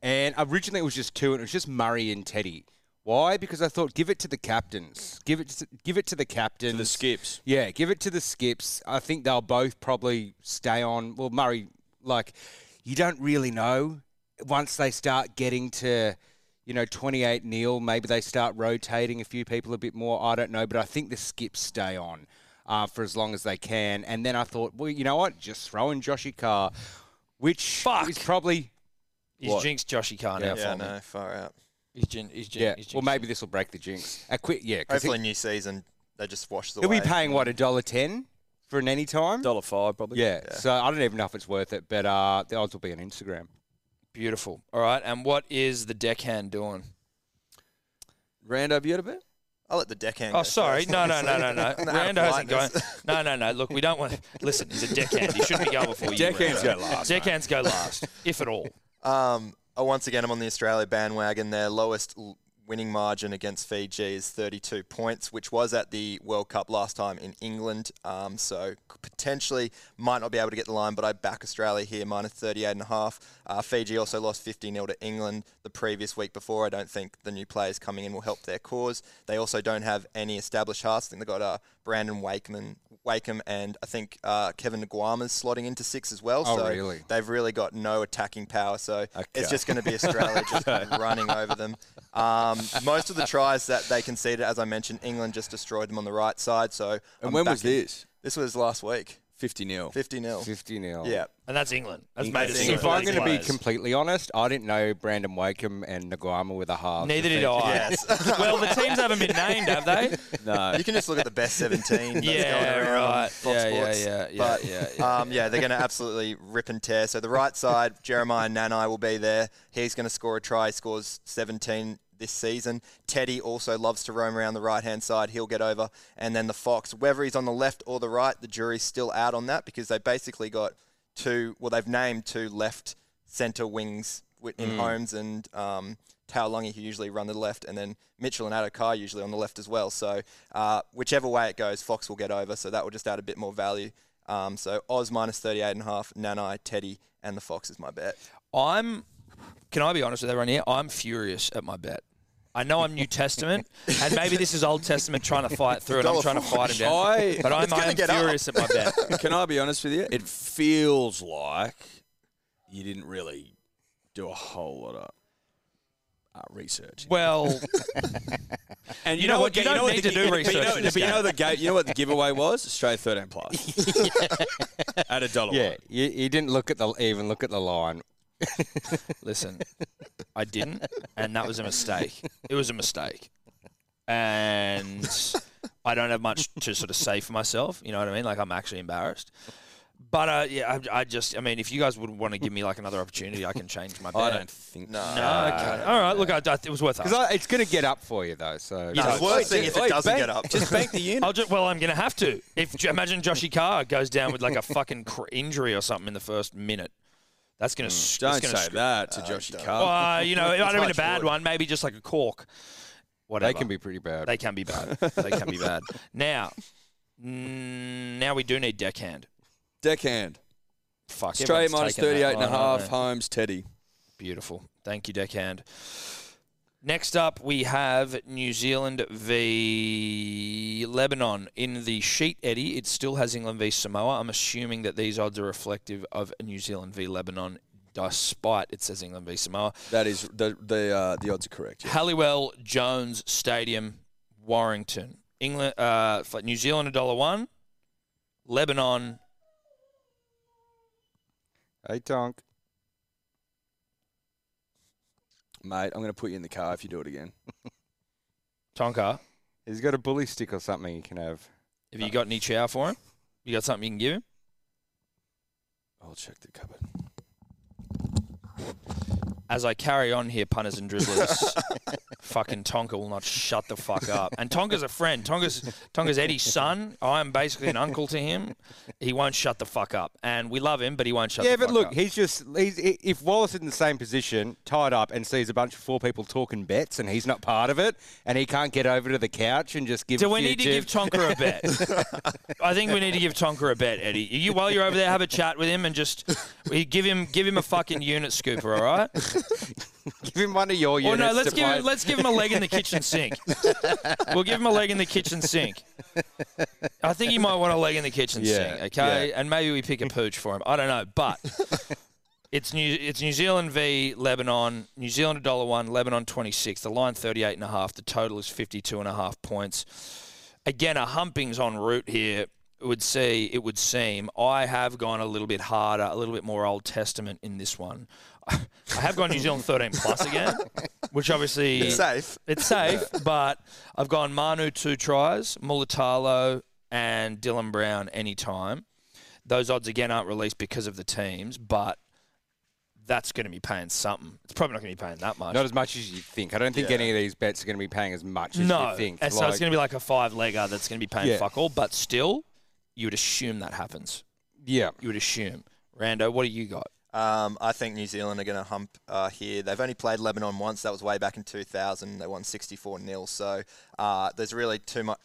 [SPEAKER 2] and originally it was just two, and it was just Murray and Teddy. Why? Because I thought give it to the captains, give it to, give it to the captains,
[SPEAKER 4] The skips.
[SPEAKER 2] yeah, give it to the skips. I think they'll both probably stay on. Well, Murray, like, you don't really know. Once they start getting to, you know, 28 nil, maybe they start rotating a few people a bit more. I don't know, but I think the skips stay on. uh, for as long as they can. And then I thought, well, you know what? Just throw in Joshy Carr, which
[SPEAKER 1] Fuck.
[SPEAKER 2] is probably
[SPEAKER 1] He's
[SPEAKER 4] What?
[SPEAKER 1] jinxed Joshy Khan
[SPEAKER 4] Yeah,
[SPEAKER 1] out
[SPEAKER 3] Yeah,
[SPEAKER 1] for me.
[SPEAKER 3] no, far out.
[SPEAKER 1] He's, jin- he's, jin-
[SPEAKER 2] yeah.
[SPEAKER 1] he's jinxed.
[SPEAKER 2] Well, maybe this will break the jinx. A quick yeah, because
[SPEAKER 3] Hopefully,
[SPEAKER 2] he,
[SPEAKER 3] new season they just wash the.
[SPEAKER 2] will be
[SPEAKER 3] away.
[SPEAKER 2] paying what a dollar ten for an any time.
[SPEAKER 4] Dollar five probably.
[SPEAKER 2] Yeah,
[SPEAKER 3] Yeah.
[SPEAKER 2] so I don't even know if it's worth it, but uh, the odds will be on Instagram.
[SPEAKER 1] Beautiful. All right. And what is the deckhand doing?
[SPEAKER 4] Rand, have you had a bet?
[SPEAKER 3] I'll let the deckhand.
[SPEAKER 1] Oh,
[SPEAKER 3] go
[SPEAKER 1] sorry.
[SPEAKER 3] first,
[SPEAKER 1] No, no,
[SPEAKER 3] obviously.
[SPEAKER 1] no, no, no.
[SPEAKER 3] I'm out of
[SPEAKER 1] Rando isn't going.
[SPEAKER 3] politeness.
[SPEAKER 1] No, no, no. Look, we don't want. Listen, he's a deckhand. He shouldn't be going before you.
[SPEAKER 4] Deckhands
[SPEAKER 1] Rando.
[SPEAKER 4] go last, mate.
[SPEAKER 1] Deckhands go last, if at all.
[SPEAKER 3] Um, oh, once again, I'm on the Australia bandwagon. Their lowest l- winning margin against Fiji is 32 points, which was at the World Cup last time in England. Um, so c- potentially might not be able to get the line, but I back Australia here, minus 38 and a half. Uh, Fiji also lost 50 0 to England the previous week before. I don't think the new players coming in will help their cause. They also don't have any established hearts. I think they've got uh, Brandon Wakeman, Wakem and I think uh, Kevin Naguama's slotting into six as well.
[SPEAKER 2] Oh,
[SPEAKER 3] so
[SPEAKER 2] really?
[SPEAKER 3] They've really got no attacking power, so
[SPEAKER 4] Okay.
[SPEAKER 3] it's just going to be Australia just running over them. Um, most of the tries that they conceded, as I mentioned, England just destroyed them on the right side. So and
[SPEAKER 4] And when was this?
[SPEAKER 3] This was last week,
[SPEAKER 4] 50 nil.
[SPEAKER 3] 50 0
[SPEAKER 2] Fifty nil.
[SPEAKER 3] Yeah,
[SPEAKER 1] And that's England. That's made
[SPEAKER 3] That's
[SPEAKER 1] us.
[SPEAKER 3] England.
[SPEAKER 2] Oh. If I'm
[SPEAKER 1] going
[SPEAKER 2] going
[SPEAKER 1] to
[SPEAKER 2] to be completely honest, I didn't know Brandon Wakem and Naguama were the halves.
[SPEAKER 1] Neither
[SPEAKER 2] of
[SPEAKER 1] did I.
[SPEAKER 3] yes.
[SPEAKER 1] well, the teams haven't been named, have they?
[SPEAKER 4] No.
[SPEAKER 3] you can just look at the best 17. That's
[SPEAKER 1] Uh, Yeah,
[SPEAKER 3] going around
[SPEAKER 1] right.
[SPEAKER 3] Fox
[SPEAKER 1] Yeah, yeah,
[SPEAKER 3] Sports.
[SPEAKER 1] yeah, yeah,
[SPEAKER 3] But,
[SPEAKER 1] yeah,
[SPEAKER 3] Um, yeah, they're going to absolutely rip and tear. So the right side, Jeremiah Nanai will be there. He's going to score a try. He scores 17 this season. Teddy also loves to roam around the right hand side. He'll get over. And then the Fox, whether he's on the left or the right, the jury's still out on that because they basically got two, well, they've named two left centre wings wi- in Holmes and um, Taolungi, who usually run to the left, and then Mitchell and Adokar usually on the left as well. So uh, whichever way it goes, Fox will get over. So that will just add a bit more value. Um, so Oz minus 38 and a half, Nanai, Teddy, and the Fox is my bet.
[SPEAKER 1] I'm. Can I be honest with everyone here? I'm furious at my bet. I know I'm New Testament, and maybe this is Old Testament trying to fight through, and I'm trying to fight him down.
[SPEAKER 4] I,
[SPEAKER 1] But I'm,
[SPEAKER 3] gonna
[SPEAKER 1] I'm
[SPEAKER 3] get up.
[SPEAKER 1] furious at my bet.
[SPEAKER 4] can I be honest with you? It feels like you didn't really do a whole lot of uh, research.
[SPEAKER 1] Well,
[SPEAKER 4] And
[SPEAKER 1] you know what? You don't need to do research
[SPEAKER 4] But you know,
[SPEAKER 1] in this
[SPEAKER 4] but you
[SPEAKER 1] game.
[SPEAKER 4] know the gate. You know what the giveaway was? Australia thirteen plus at a dollar.
[SPEAKER 2] Yeah,
[SPEAKER 4] one.
[SPEAKER 2] you, you didn't look at the even look at the line.
[SPEAKER 1] listen, I didn't, and that was a mistake. It was a mistake, and I don't have much to sort of say for myself. You know what I mean? Like I'm actually embarrassed. But uh, yeah, I, I just, I mean, if you guys would want to give me like another opportunity, I can change my bet.
[SPEAKER 4] I don't think.
[SPEAKER 3] No.
[SPEAKER 1] No, okay. All right. Look, I, I, it was worth it.
[SPEAKER 2] Because it's going to get up for you though. So
[SPEAKER 1] No,
[SPEAKER 3] it's worse thing if it
[SPEAKER 4] Oi,
[SPEAKER 3] doesn't
[SPEAKER 4] bank-
[SPEAKER 3] get up.
[SPEAKER 4] Just bank the unit.
[SPEAKER 1] I'll just, well, I'm going to have to. If j- imagine Joshy Carr goes down with like a fucking cr- injury or something in the first minute, that's going to
[SPEAKER 4] Mm. Don't say that to
[SPEAKER 3] Uh,
[SPEAKER 4] Joshy
[SPEAKER 3] don't.
[SPEAKER 4] Carr.
[SPEAKER 1] Well, you know, I don't mean a
[SPEAKER 3] much
[SPEAKER 1] bad
[SPEAKER 3] wood.
[SPEAKER 1] one. Maybe just like a cork. Whatever.
[SPEAKER 2] they can be pretty bad.
[SPEAKER 1] They can be bad. they can be bad. Now, mm, now we do need deckhand.
[SPEAKER 4] Deckhand.
[SPEAKER 1] Fuck.
[SPEAKER 4] Australia
[SPEAKER 1] everyone's
[SPEAKER 4] minus
[SPEAKER 1] taken that
[SPEAKER 4] 38 and a
[SPEAKER 1] line, aren't
[SPEAKER 4] half.
[SPEAKER 1] they?
[SPEAKER 4] Holmes, Teddy.
[SPEAKER 1] Beautiful. Thank you, deckhand. Next up, we have New Zealand v Lebanon. In the sheet, Eddie, it still has England v Samoa. I'm assuming that these odds are reflective of New Zealand v Lebanon, despite it says England v Samoa.
[SPEAKER 4] That is the the uh, the odds are correct. yeah.
[SPEAKER 1] Halliwell Jones Stadium, Warrington, England. Uh, for New Zealand a dollar one, Lebanon.
[SPEAKER 2] Hey, Tonk.
[SPEAKER 4] Mate, I'm going to put you in the car if you do it again.
[SPEAKER 1] Tonka,
[SPEAKER 2] He's got a bully stick or something you can have.
[SPEAKER 1] have you got any chow for him? You got something you can give him?
[SPEAKER 4] I'll check the cupboard.
[SPEAKER 1] as I carry on here, punters and dribblers, fucking Tonka will not shut the fuck up. And Tonka's a friend. Tonka's Tonka's Eddie's son. I'm basically an uncle to him. He won't shut the fuck up, and we love him, but he won't shut.
[SPEAKER 2] yeah,
[SPEAKER 1] the
[SPEAKER 2] but
[SPEAKER 1] fuck
[SPEAKER 2] look,
[SPEAKER 1] up.
[SPEAKER 2] he's just he's, i- if Wallace is in the same position, tied up, and sees a bunch of four people talking bets, and he's not part of it, and he can't get over to the couch and just give.
[SPEAKER 1] Do
[SPEAKER 2] a
[SPEAKER 1] we
[SPEAKER 2] few
[SPEAKER 1] need to give
[SPEAKER 2] tips.
[SPEAKER 1] Tonka a bet? I think we need to give Tonka a bet, Eddie. You while you're over there, have a chat with him and just we give him give him a fucking unit scooper, all right?
[SPEAKER 2] give him one of your
[SPEAKER 1] Or
[SPEAKER 2] units?
[SPEAKER 1] no, let's
[SPEAKER 2] to
[SPEAKER 1] give
[SPEAKER 2] play.
[SPEAKER 1] him, let's give him a leg in the kitchen sink. we'll give him a leg in the kitchen sink. I think he might want a leg in the kitchen
[SPEAKER 2] Yeah,
[SPEAKER 1] sink, okay? And maybe we pick a pooch for him. I don't know, but it's New it's New Zealand v Lebanon. New Zealand a dollar one, Lebanon twenty six. The line thirty eight and a half. The total is fifty two and a half points. Again, a humping's en route here. it would see it would seem I have gone a little bit harder, a little bit more Old Testament in this one. I have gone New Zealand 13 plus again, which obviously
[SPEAKER 3] It's safe.
[SPEAKER 1] it's safe, but I've gone Manu two tries, Mulatalo and Dylan Brown anytime. Those odds again aren't released because of the teams, but that's going to be paying something. It's probably not going to be paying that much.
[SPEAKER 2] Not as much as you think. I don't think any of these bets are going to be paying as much as
[SPEAKER 1] no,
[SPEAKER 2] you think.
[SPEAKER 1] and so it's going to be like a five legger that's going to be paying
[SPEAKER 2] Yeah.
[SPEAKER 1] fuck all, but still, you would assume that happens.
[SPEAKER 2] yeah.
[SPEAKER 1] You would assume. Rando, what do you got?
[SPEAKER 3] Um, I think New Zealand are going to hump uh, here. They've only played Lebanon once. That was way back in 2000. They won 64 0. So uh, there's really too much,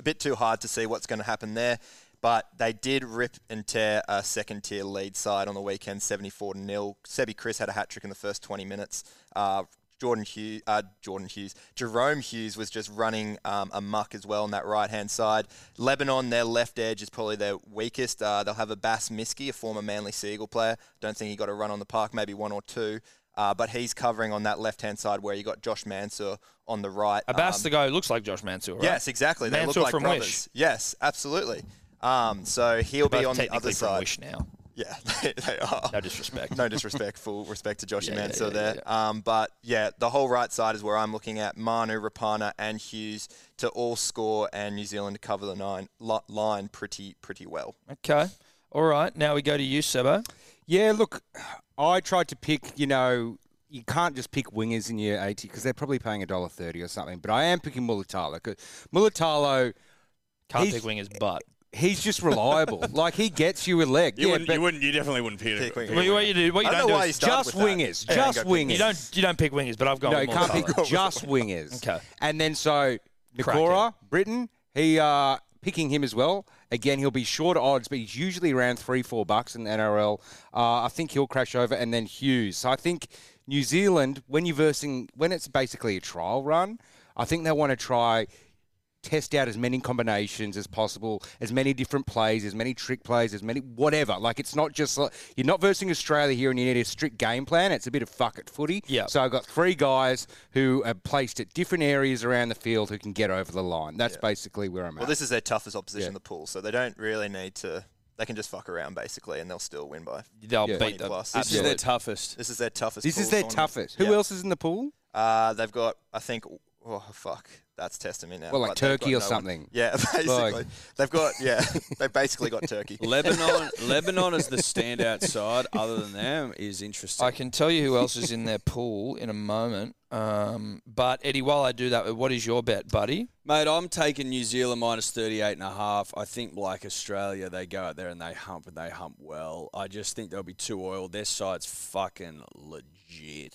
[SPEAKER 3] a bit too hard to see what's going to happen there. But they did rip and tear a second tier lead side on the weekend, 74 0. Sebi Chris had a hat trick in the first 20 minutes. Uh, Jordan Hughes, uh, Jordan Hughes, Jerome Hughes was just running um, amok as well on that right hand side. Lebanon, their left edge is probably their weakest. Uh, they'll have a Bass Miski, a former Manly Seagull player. Don't think he got a run on the park, maybe one or two. Uh, but he's covering on that left hand side where you got Josh Mansour on the right.
[SPEAKER 1] Abbas,
[SPEAKER 3] Um,
[SPEAKER 1] the guy who looks like Josh Mansell, right?
[SPEAKER 3] Yes, exactly. They
[SPEAKER 1] Mansell
[SPEAKER 3] look like
[SPEAKER 1] from
[SPEAKER 3] brothers.
[SPEAKER 1] Wish.
[SPEAKER 3] Yes, absolutely. Um, so he'll
[SPEAKER 1] Both
[SPEAKER 3] be on the
[SPEAKER 1] technically
[SPEAKER 3] other
[SPEAKER 1] from
[SPEAKER 3] side.
[SPEAKER 1] Wish now.
[SPEAKER 3] Yeah, they, they are.
[SPEAKER 1] No disrespect.
[SPEAKER 3] no disrespect, full respect to Josh
[SPEAKER 1] Yeah,
[SPEAKER 3] yeah,
[SPEAKER 1] yeah, yeah,
[SPEAKER 3] there. Um, but yeah, the whole right side is where I'm looking at Manu, Rapana, and Hughes to all score and New Zealand to cover the nine li- line pretty pretty well.
[SPEAKER 1] Okay. All right. Now we go to you, Sebo.
[SPEAKER 2] Yeah, look, I tried to pick, you know, you can't just pick wingers in year 80 because they're probably paying a dollar thirty or something, but I am picking Mulatalo because Mulatalo,
[SPEAKER 1] Can't
[SPEAKER 2] He's-
[SPEAKER 1] pick wingers, but
[SPEAKER 2] he's just reliable. like, he gets you a leg.
[SPEAKER 5] You,
[SPEAKER 2] yeah,
[SPEAKER 5] wouldn't,
[SPEAKER 2] but
[SPEAKER 5] you wouldn't. You definitely wouldn't pick
[SPEAKER 3] Pick
[SPEAKER 5] it.
[SPEAKER 3] wingers.
[SPEAKER 1] what you, what you do, what you
[SPEAKER 3] I
[SPEAKER 1] don't,
[SPEAKER 3] don't know
[SPEAKER 1] do
[SPEAKER 3] why
[SPEAKER 1] is-
[SPEAKER 3] he's started
[SPEAKER 2] just
[SPEAKER 3] with that.
[SPEAKER 2] wingers.
[SPEAKER 3] Yeah,
[SPEAKER 2] just
[SPEAKER 3] go pick
[SPEAKER 2] wingers.
[SPEAKER 1] you don't you don't pick wingers, but I've gone.
[SPEAKER 2] no,
[SPEAKER 1] with
[SPEAKER 2] you can't
[SPEAKER 1] Mortara.
[SPEAKER 2] pick just wingers.
[SPEAKER 1] Okay.
[SPEAKER 2] And then so
[SPEAKER 1] Crack
[SPEAKER 2] Nakora, Britain, he uh, picking him as well. Again, he'll be short odds, but he's usually around three, four bucks in the NRL. Uh, I think he'll crash over, and then Hughes. So I think New Zealand, when you're versing, when it's basically a trial run, I think they want to try test out as many combinations as possible, as many different plays, as many trick plays, as many whatever. Like it's not just like you're not versing Australia here and you need a strict game plan. It's a bit of fuck it footy.
[SPEAKER 1] Yeah.
[SPEAKER 2] So I've got three guys who are placed at different areas around the field who can get over the line. That's basically where I'm
[SPEAKER 3] Well,
[SPEAKER 2] at.
[SPEAKER 3] this is their toughest opposition
[SPEAKER 2] Yeah.
[SPEAKER 3] in the pool, so they don't really need to. They can just fuck around basically, and they'll still win by.
[SPEAKER 1] They'll
[SPEAKER 2] Yeah.
[SPEAKER 1] beat them.
[SPEAKER 3] 20 plus.
[SPEAKER 4] This is
[SPEAKER 1] Absolutely.
[SPEAKER 4] their toughest.
[SPEAKER 3] This is their toughest.
[SPEAKER 2] This is
[SPEAKER 3] pool
[SPEAKER 2] their
[SPEAKER 3] tournament.
[SPEAKER 2] toughest. Who
[SPEAKER 3] Yeah.
[SPEAKER 2] else is in the pool?
[SPEAKER 3] Uh, they've got, I think, oh fuck, that's testing me now.
[SPEAKER 2] Well, like
[SPEAKER 3] But they've got
[SPEAKER 2] Turkey
[SPEAKER 3] no
[SPEAKER 2] or
[SPEAKER 3] one-
[SPEAKER 2] something.
[SPEAKER 3] Yeah, basically, they've got yeah, they've basically got Turkey.
[SPEAKER 4] Lebanon, Lebanon is the standout side. Other than them, is interesting.
[SPEAKER 1] I can tell you who else is in their pool in a moment. Um, but Eddie, while I do that, what is your bet, buddy?
[SPEAKER 4] Mate, I'm taking New Zealand minus 38 and a half. I think, like Australia, they go out there and they hump and they hump well. I just think they'll be too oiled. Their side's fucking legit.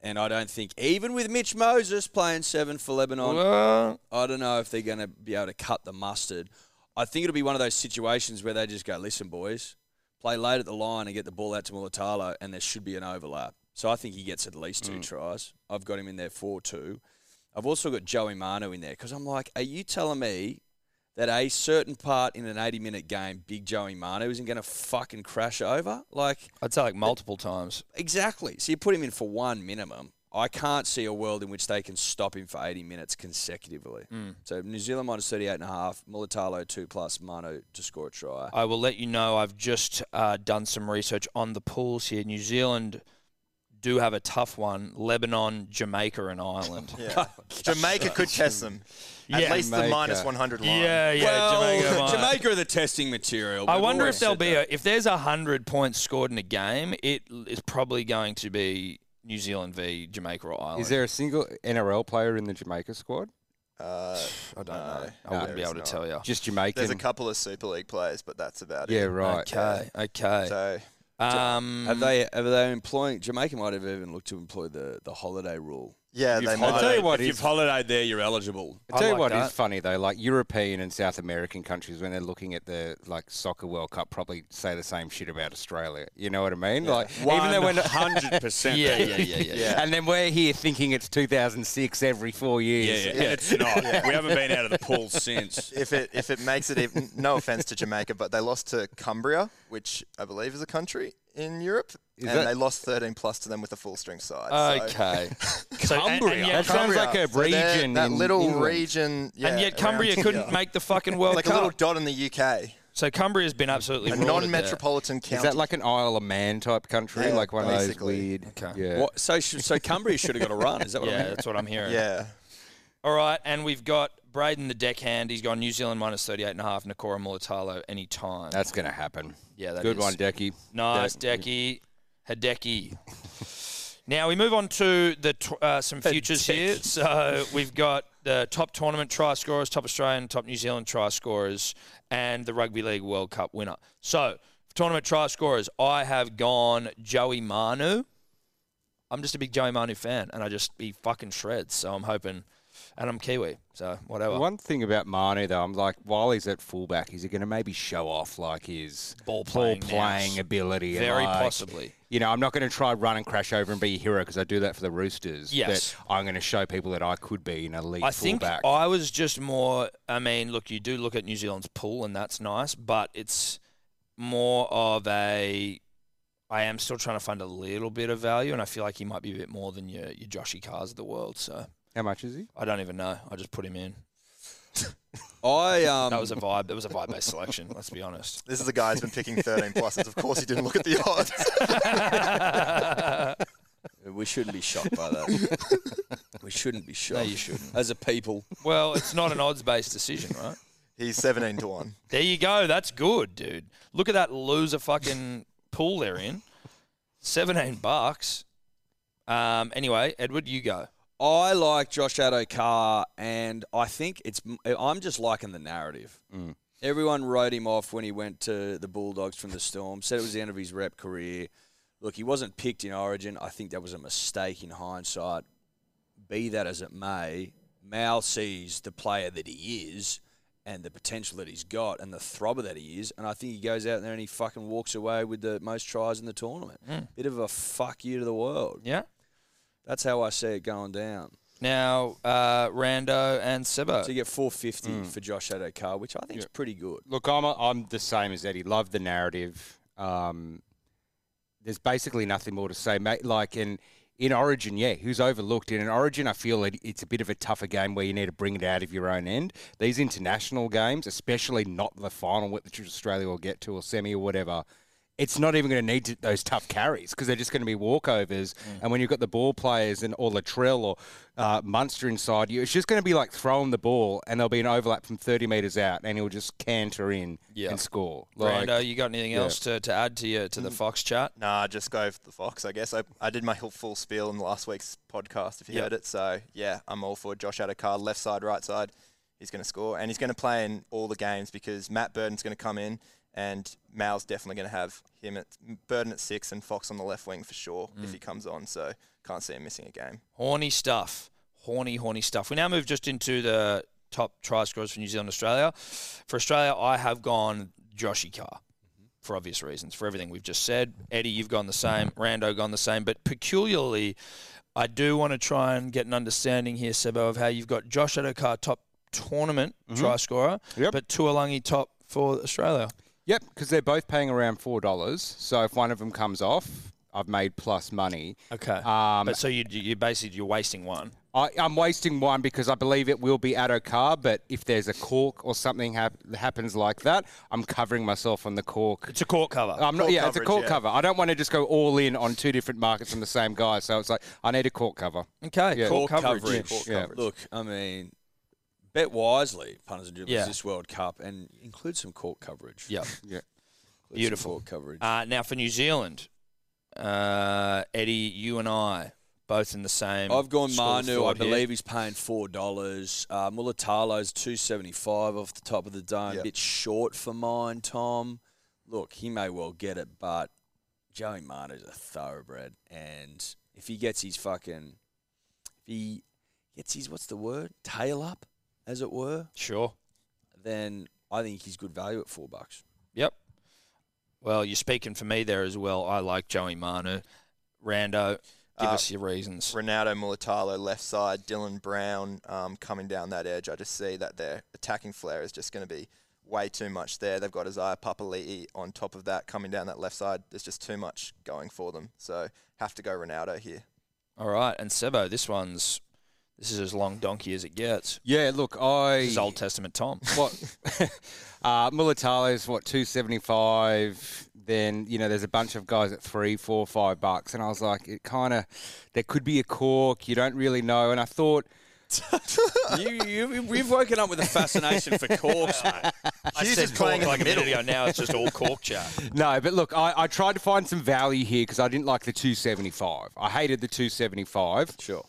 [SPEAKER 4] And I don't think, even with Mitch Moses playing seven for Lebanon,
[SPEAKER 1] Well,
[SPEAKER 4] I don't know if they're going to be able to cut the mustard. I think it'll be one of those situations where they just go, listen, boys, play late at the line and get the ball out to Mulatalo, and there should be an overlap. So I think he gets at least two tries. I've got him in there 4 2. I've also got Joey Manu in there because I'm like, are you telling me that a certain part in an 80 minute game, big Joey Manu isn't going to fucking crash over? Like,
[SPEAKER 1] I'd say like multiple times.
[SPEAKER 4] Exactly. So you put him in for one minimum. I can't see a world in which they can stop him for 80 minutes consecutively. So New Zealand minus 38 and a half, Mulatalo 2 plus, Mano to score a try.
[SPEAKER 1] I will let you know. I've just uh, done some research on the pools here. New Zealand do have a tough one: Lebanon, Jamaica, and Ireland.
[SPEAKER 3] Yeah. Jamaica could test them. At
[SPEAKER 1] Yeah.
[SPEAKER 3] least the
[SPEAKER 2] Jamaica.
[SPEAKER 3] minus 100 line.
[SPEAKER 1] yeah,
[SPEAKER 4] Well, Jamaica are the testing material.
[SPEAKER 1] I
[SPEAKER 4] We've
[SPEAKER 1] wonder
[SPEAKER 4] always
[SPEAKER 1] if there'll
[SPEAKER 4] said
[SPEAKER 1] be
[SPEAKER 4] that.
[SPEAKER 1] a, if there's a hundred points scored in a game, it l- is probably going to be New Zealand v Jamaica or Ireland.
[SPEAKER 2] Is there a single NRL player in the Jamaica squad?
[SPEAKER 3] Uh,
[SPEAKER 1] I don't
[SPEAKER 3] No,
[SPEAKER 1] know. I
[SPEAKER 2] no,
[SPEAKER 1] wouldn't be
[SPEAKER 3] there
[SPEAKER 1] able to
[SPEAKER 3] is
[SPEAKER 1] tell you.
[SPEAKER 2] Just Jamaican.
[SPEAKER 3] there's a couple of Super League players, but that's about
[SPEAKER 2] yeah,
[SPEAKER 3] it.
[SPEAKER 2] right.
[SPEAKER 1] Okay, okay.
[SPEAKER 3] So
[SPEAKER 1] um,
[SPEAKER 4] Have they, have they employing, Jamaica might have even looked to employ the, the holiday rule.
[SPEAKER 3] yeah,
[SPEAKER 5] If
[SPEAKER 3] they
[SPEAKER 5] you've
[SPEAKER 3] might.
[SPEAKER 2] I'll tell you
[SPEAKER 5] holidayed-
[SPEAKER 2] what
[SPEAKER 5] if
[SPEAKER 2] is-
[SPEAKER 5] you've holidayed there, you're eligible.
[SPEAKER 2] I tell
[SPEAKER 1] like
[SPEAKER 2] you what is
[SPEAKER 1] that.
[SPEAKER 2] funny though, like European and South American countries when they're looking at the like soccer World Cup, probably say the same shit about Australia. You know what I mean? Like even though we're not,
[SPEAKER 5] 100%.
[SPEAKER 1] yeah, yeah, yeah, yeah. yeah.
[SPEAKER 2] and then we're here thinking it's 2006 every four years.
[SPEAKER 5] Yeah, yeah, and it's not. We haven't been out of the pool since.
[SPEAKER 3] if it if it makes it even no offense to Jamaica, but they lost to Cumbria, which I believe is a country in Europe, and
[SPEAKER 2] Is that-
[SPEAKER 3] they lost 13 plus to them with a full strength side. so-
[SPEAKER 1] Okay.
[SPEAKER 5] Cumbria.
[SPEAKER 2] That sounds like a
[SPEAKER 3] So they're-
[SPEAKER 2] region
[SPEAKER 3] that
[SPEAKER 2] in
[SPEAKER 3] little
[SPEAKER 2] England.
[SPEAKER 3] region, yeah,
[SPEAKER 1] and yet
[SPEAKER 3] around
[SPEAKER 1] Cumbria
[SPEAKER 3] here.
[SPEAKER 1] couldn't make the fucking World
[SPEAKER 3] like a
[SPEAKER 1] Cup.
[SPEAKER 3] little dot in the UK,
[SPEAKER 1] so Cumbria's been absolutely
[SPEAKER 3] a
[SPEAKER 1] rorted there.
[SPEAKER 3] non-metropolitan county.
[SPEAKER 2] Is that like an Isle of Man type country?
[SPEAKER 3] Yeah,
[SPEAKER 2] like one
[SPEAKER 3] basically.
[SPEAKER 2] of those weird.
[SPEAKER 1] Okay.
[SPEAKER 2] Yeah.
[SPEAKER 4] What, so sh- so Cumbria should have got a run. Is that what I
[SPEAKER 1] Yeah,
[SPEAKER 4] mean?
[SPEAKER 1] that's what I'm hearing.
[SPEAKER 3] yeah,
[SPEAKER 1] All right, and we've got Braden the deckhand. He's gone New Zealand minus 38 and a half, Nakora Mulatalo any time.
[SPEAKER 2] That's going to happen.
[SPEAKER 1] yeah, that
[SPEAKER 2] Good
[SPEAKER 1] is.
[SPEAKER 2] one, Decky.
[SPEAKER 1] Nice, Decky. Hideki. now we move on to the tw- uh, some futures here. So we've got the top tournament try scorers, top Australian, top New Zealand try scorers, and the Rugby League World Cup winner. So for tournament try scorers, I have gone Joey Manu. I'm just a big Joey Manu fan, and I just he fucking shreds. So I'm hoping, and I'm Kiwi, so whatever.
[SPEAKER 2] One thing about Manu, though, I'm like, while he's at fullback, is he going to maybe show off like his
[SPEAKER 1] Ball
[SPEAKER 2] ball
[SPEAKER 1] playing,
[SPEAKER 2] playing
[SPEAKER 1] nous.
[SPEAKER 2] ability? and,
[SPEAKER 1] very
[SPEAKER 2] like,
[SPEAKER 1] possibly.
[SPEAKER 2] You know, I'm not going to try run and crash over and be a hero because I do that for the Roosters.
[SPEAKER 1] Yes.
[SPEAKER 2] But I'm going to show people that I could be an elite
[SPEAKER 1] I think
[SPEAKER 2] fullback.
[SPEAKER 1] I was just more. I mean, look, you do look at New Zealand's pool, and that's nice, but it's more of a. I am still trying to find a little bit of value, and I feel like he might be a bit more than your your Joshy Cars of the world. So
[SPEAKER 2] How much is he?
[SPEAKER 1] I don't even know. I just put him in.
[SPEAKER 4] I um.
[SPEAKER 1] That was a vibe. That was a vibe based selection. Let's be honest.
[SPEAKER 3] this is the guy who's been picking 13 pluses. Of course, he didn't look at the odds.
[SPEAKER 4] we shouldn't be shocked by that. we shouldn't be shocked.
[SPEAKER 1] you shouldn't.
[SPEAKER 4] As a people,
[SPEAKER 1] Well, it's not an odds based decision, right?
[SPEAKER 3] He's 17 to one.
[SPEAKER 1] There you go. That's good, dude. Look at that loser fucking pool they're in. Seventeen bucks. Um. Anyway, Edward, you go.
[SPEAKER 4] I like Josh Adokar, and I think it's. I'm just liking the narrative. Everyone wrote him off when he went to the Bulldogs from the Storm. Said it was the end of his rep career. Look, he wasn't picked in Origin. I think that was a mistake in hindsight. Be that as it may, Mal sees the player that he is and the potential that he's got and the throbber that he is. And I think he goes out there and he fucking walks away with the most tries in the tournament. Bit of a fuck you to the world.
[SPEAKER 1] Yeah.
[SPEAKER 4] That's how I see it going down.
[SPEAKER 1] Now, uh, Rando and Sebo.
[SPEAKER 4] So you get 450 for Josh Adokar, which I think is pretty good.
[SPEAKER 2] Look, I'm a, I'm the same as Eddie. Love the narrative. Um, there's basically nothing more to say, mate. Like in in Origin, yeah, who's overlooked in an Origin? I feel it, it's a bit of a tougher game where you need to bring it out of your own end. These international games, especially not the final, which Australia will get to or semi or whatever. It's not even going to need to, those tough carries because they're just going to be walkovers. And when you've got the ball players and or Latrell or uh, Munster inside you, it's just going to be like throwing the ball and there'll be an overlap from 30 metres out and he'll just canter in
[SPEAKER 1] Yeah.
[SPEAKER 2] and score. Like, Mm.
[SPEAKER 1] Rando, you got anything else to, to add to your to the Fox chat?
[SPEAKER 3] Nah, just go for the Fox, I guess. I, I did my whole full spiel in last week's podcast, if you
[SPEAKER 1] Yep.
[SPEAKER 3] heard it. So, yeah, I'm all for Josh Adokar, left side, right side. He's going to score, and he's going to play in all the games because Matt Burden's going to come in, and Mal's definitely going to have him at Burden at six and Fox on the left wing for sure if he comes on. So, can't see him missing a game.
[SPEAKER 1] Horny stuff. Horny, horny stuff. We now move just into the top try scorers for New Zealand, Australia. For Australia, I have gone Joshy Carr for obvious reasons, for everything we've just said. Eddie, you've gone the same. Rando, gone the same. But peculiarly, I do want to try and get an understanding here, Sebo, of how you've got Josh Adokar top tournament try scorer,
[SPEAKER 2] Mm-hmm. Yep.
[SPEAKER 1] but Tuolungi top for Australia.
[SPEAKER 2] Yep, because they're both paying around four dollars. So if one of them comes off, I've made plus money.
[SPEAKER 1] Okay.
[SPEAKER 2] Um,
[SPEAKER 1] but so you you basically you're wasting one.
[SPEAKER 2] I, I'm wasting one because I believe it will be Addo Car, but if there's a cork or something hap- happens like that, I'm covering myself on the cork.
[SPEAKER 1] It's a court cover.
[SPEAKER 4] Uh,
[SPEAKER 2] I'm not.
[SPEAKER 3] Cork
[SPEAKER 2] Yeah, it's a
[SPEAKER 3] coverage,
[SPEAKER 2] cork
[SPEAKER 3] yeah.
[SPEAKER 2] cover. I don't want to just go all in on two different markets from the same guy. So it's like I need a cork cover.
[SPEAKER 1] okay.
[SPEAKER 2] yeah.
[SPEAKER 1] Court
[SPEAKER 4] Court
[SPEAKER 1] coverage.
[SPEAKER 4] coverage.
[SPEAKER 3] Court
[SPEAKER 2] Yeah.
[SPEAKER 3] coverage.
[SPEAKER 4] Look, I mean, bet wisely, punters and dribblers,
[SPEAKER 1] Yeah.
[SPEAKER 4] this World Cup, and include some court coverage.
[SPEAKER 1] Yep.
[SPEAKER 2] Yeah.
[SPEAKER 4] Include some
[SPEAKER 1] beautiful.
[SPEAKER 4] court coverage.
[SPEAKER 1] Uh, now for New Zealand, uh, Eddie, you and I both in the same.
[SPEAKER 4] I've gone
[SPEAKER 1] school of
[SPEAKER 4] Manu. I
[SPEAKER 1] thought here.
[SPEAKER 4] believe he's paying four dollars. Uh, Mulatalo's two seventy five off the top of the dome.
[SPEAKER 3] Yeah.
[SPEAKER 4] Bit short for mine, Tom. Look, he may well get it, but Joey Manu's a thoroughbred, and if he gets his fucking, if he gets his what's the word tail up, as it were,
[SPEAKER 1] Sure.
[SPEAKER 4] then I think he's good value at four bucks.
[SPEAKER 1] Yep. Well, you're speaking for me there as well. I like Joey Manu. Rando, give
[SPEAKER 3] Uh,
[SPEAKER 1] us your reasons.
[SPEAKER 3] Ronaldo Mulatalo left side, Dylan Brown um, coming down that edge. I just see that their attacking flair is just going to be way too much there. They've got Isaiah Papali'i on top of that coming down that left side. There's just too much going for them. So have to go Ronaldo here.
[SPEAKER 1] All right, and Sebo, this one's this is as long donkey as it gets.
[SPEAKER 2] Yeah, look, I
[SPEAKER 1] This is Old Testament Tom.
[SPEAKER 2] what uh Mulatalo's what 275 then you know there's a bunch of guys at three four five bucks and I was like it kind of there could be a cork you don't really know and I thought
[SPEAKER 4] you, you, we've woken up with a fascination for corks, mate.
[SPEAKER 1] I
[SPEAKER 3] Hughes
[SPEAKER 1] said
[SPEAKER 3] is playing
[SPEAKER 1] cork
[SPEAKER 3] in
[SPEAKER 1] like
[SPEAKER 3] the
[SPEAKER 1] a minute ago. Now it's just all cork chat.
[SPEAKER 2] no but look I, I tried to find some value here because I didn't like the 275 I hated the 275
[SPEAKER 4] Sure.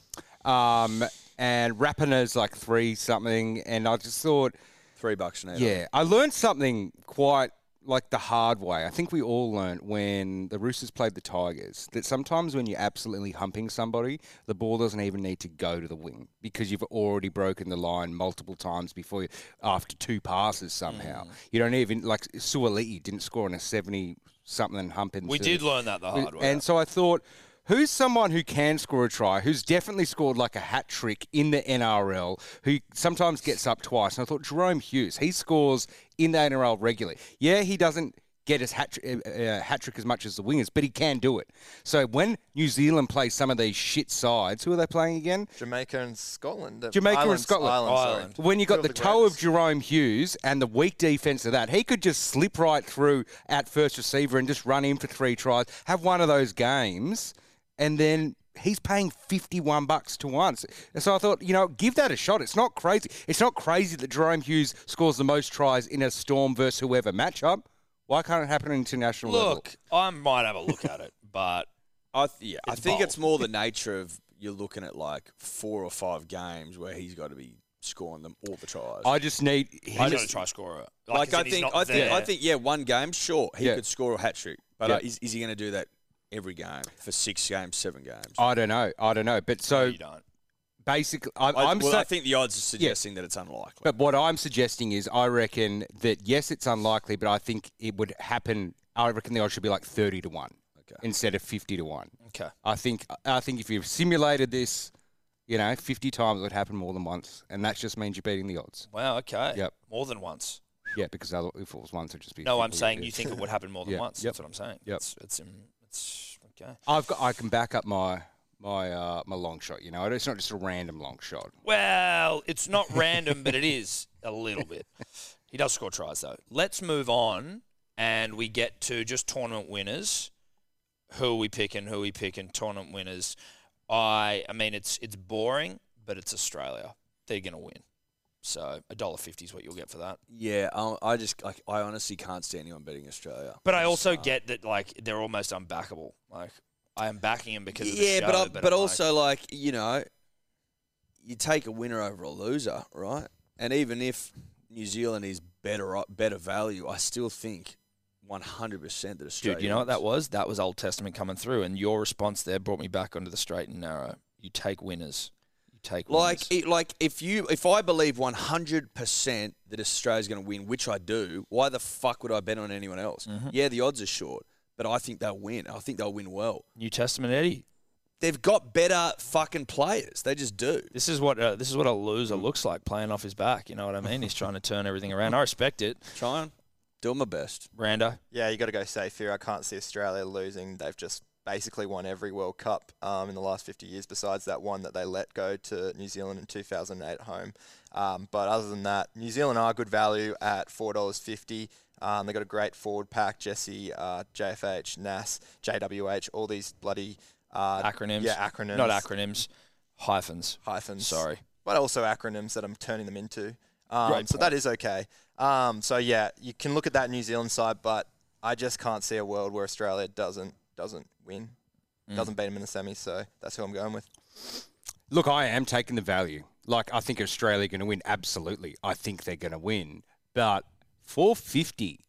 [SPEAKER 2] um and Rapina's like three something and I just thought
[SPEAKER 4] Three bucks an hour.
[SPEAKER 2] Yeah, I learned something quite like the hard way. I think we all learned when the Roosters played the Tigers that sometimes when you're absolutely humping somebody, the ball doesn't even need to go to the wing because you've already broken the line multiple times before you, after two passes somehow.
[SPEAKER 1] Mm.
[SPEAKER 2] You don't even like Suoliti didn't score on a 70 something hump in
[SPEAKER 1] We did learn that the hard way.
[SPEAKER 2] and so I thought, who's someone who can score a try, who's definitely scored like a hat trick in the NRL, who sometimes gets up twice? And I thought Jerome Hughes, he scores in the NRL regularly. Yeah, he doesn't get his hat, tri- uh, uh, hat trick as much as the wingers, but he can do it. So when New Zealand plays some of these shit sides, who are they playing again?
[SPEAKER 3] Jamaica and Scotland. the
[SPEAKER 2] Jamaica and
[SPEAKER 3] islands-
[SPEAKER 2] Scotland.
[SPEAKER 3] Island, sorry.
[SPEAKER 1] Ireland.
[SPEAKER 2] When you got
[SPEAKER 3] Two
[SPEAKER 2] the,
[SPEAKER 3] of the
[SPEAKER 2] toe of
[SPEAKER 3] greatest.
[SPEAKER 2] Jerome Hughes and the weak defense of that, he could just slip right through at first receiver and just run in for three tries, have one of those games, and then he's paying 51 bucks to once. And so I thought, you know, give that a shot. It's not crazy. It's not crazy that Jerome Hughes scores the most tries in a Storm versus whoever matchup. Why can't it happen at international level?
[SPEAKER 1] Look, I might have a look at it, but
[SPEAKER 4] I th- yeah, I
[SPEAKER 1] It's
[SPEAKER 4] think
[SPEAKER 1] bold.
[SPEAKER 4] it's more the nature of you're looking at like four or five games where he's got to be scoring them all the tries.
[SPEAKER 2] I just need. he
[SPEAKER 1] I
[SPEAKER 2] just-
[SPEAKER 1] got a try scorer.
[SPEAKER 4] like
[SPEAKER 1] as
[SPEAKER 4] I
[SPEAKER 1] in he's
[SPEAKER 4] think
[SPEAKER 1] not
[SPEAKER 4] I think I
[SPEAKER 1] there.
[SPEAKER 4] think yeah, one game sure he
[SPEAKER 2] Yeah.
[SPEAKER 4] could score a hat trick, but uh,
[SPEAKER 2] Yeah.
[SPEAKER 4] is, is he going to do that every game for six games, seven games?
[SPEAKER 2] I don't know. I don't know. But
[SPEAKER 1] No,
[SPEAKER 2] so
[SPEAKER 1] you don't.
[SPEAKER 2] basically, I,
[SPEAKER 4] I,
[SPEAKER 2] I'm
[SPEAKER 4] well,
[SPEAKER 2] sa-
[SPEAKER 4] I think the odds are suggesting that it's unlikely.
[SPEAKER 2] But what I'm suggesting is, I reckon that yes, it's unlikely, but I think it would happen. I reckon the odds should be like thirty to one
[SPEAKER 4] Okay.
[SPEAKER 2] instead of fifty to one.
[SPEAKER 1] Okay.
[SPEAKER 2] I think I think if you've simulated this, you know, fifty times it would happen more than once, and that just means you're beating the odds.
[SPEAKER 1] Wow. Okay.
[SPEAKER 2] Yep.
[SPEAKER 1] More than once.
[SPEAKER 2] Yeah, because other- if it was once, it'd just be.
[SPEAKER 1] No, I'm
[SPEAKER 2] 50.
[SPEAKER 1] saying you think it would happen more than
[SPEAKER 2] Yeah,
[SPEAKER 1] once.
[SPEAKER 2] yep.
[SPEAKER 1] That's what I'm saying.
[SPEAKER 2] Yep.
[SPEAKER 1] It's, it's, um, it's okay.
[SPEAKER 2] I've got. I can back up my my uh, my long shot. You know, it's not just a random long shot.
[SPEAKER 1] Well, it's not random, but it is a little bit. He does score tries though. Let's move on and we get to just tournament winners. Who are we picking? Who are we picking? Tournament winners. I I mean it's it's boring, but it's Australia. They're gonna win. So a dollar fifty is what you'll get for that.
[SPEAKER 4] yeah, I, I just like I honestly can't stand anyone betting Australia.
[SPEAKER 1] But I
[SPEAKER 4] It's,
[SPEAKER 1] also
[SPEAKER 4] uh,
[SPEAKER 1] get that like they're almost unbackable. Like I am backing him because of the
[SPEAKER 4] yeah,
[SPEAKER 1] show,
[SPEAKER 4] but I, but
[SPEAKER 1] I'm like,
[SPEAKER 4] also like you know, you take a winner over a loser, right? And even if New Zealand is better o- better value, I still think 100 percent that Australia.
[SPEAKER 1] Dude, you know what
[SPEAKER 4] wins.
[SPEAKER 1] that was? That was Old Testament coming through, and your response there brought me back onto the straight and narrow. You take winners. You take
[SPEAKER 4] Like,
[SPEAKER 1] winners.
[SPEAKER 4] it, like if you, if I believe one hundred percent that Australia's going to win, which I do, why the fuck would I bet on anyone else?
[SPEAKER 1] Mm-hmm.
[SPEAKER 4] Yeah, the odds are short, but I think they'll win. I think they'll win well.
[SPEAKER 1] New Testament Eddie.
[SPEAKER 4] They've got better fucking players. They just do.
[SPEAKER 1] This is what uh, this is what a loser looks like playing off his back. You know what I mean? He's trying to turn everything around. I respect it,
[SPEAKER 4] Try and do my best.
[SPEAKER 1] Rando.
[SPEAKER 3] Yeah, you got to go safe here. I can't see Australia losing. They've just basically won every World Cup um, in the last 50 years, besides that one that they let go to New Zealand in 2008 at home. Um, but other than that, New Zealand are good value at $4.50. Um, they've got a great forward pack Jesse, uh, JFH, NAS, JWH, all these bloody uh,
[SPEAKER 1] Acronyms.
[SPEAKER 3] Yeah, acronyms.
[SPEAKER 1] Not acronyms, hyphens.
[SPEAKER 3] Hyphens
[SPEAKER 1] Sorry.
[SPEAKER 3] but also acronyms that I'm turning them into. Um, so that is okay. Um, so yeah, you can look at that New Zealand side, but I just can't see a world where Australia doesn't doesn't win,
[SPEAKER 1] Mm.
[SPEAKER 3] doesn't beat them in the semis. So that's who I'm going with.
[SPEAKER 2] Look, I am taking the value. Like, I think Australia going to win. Absolutely, I think they're going to win. But four fifty,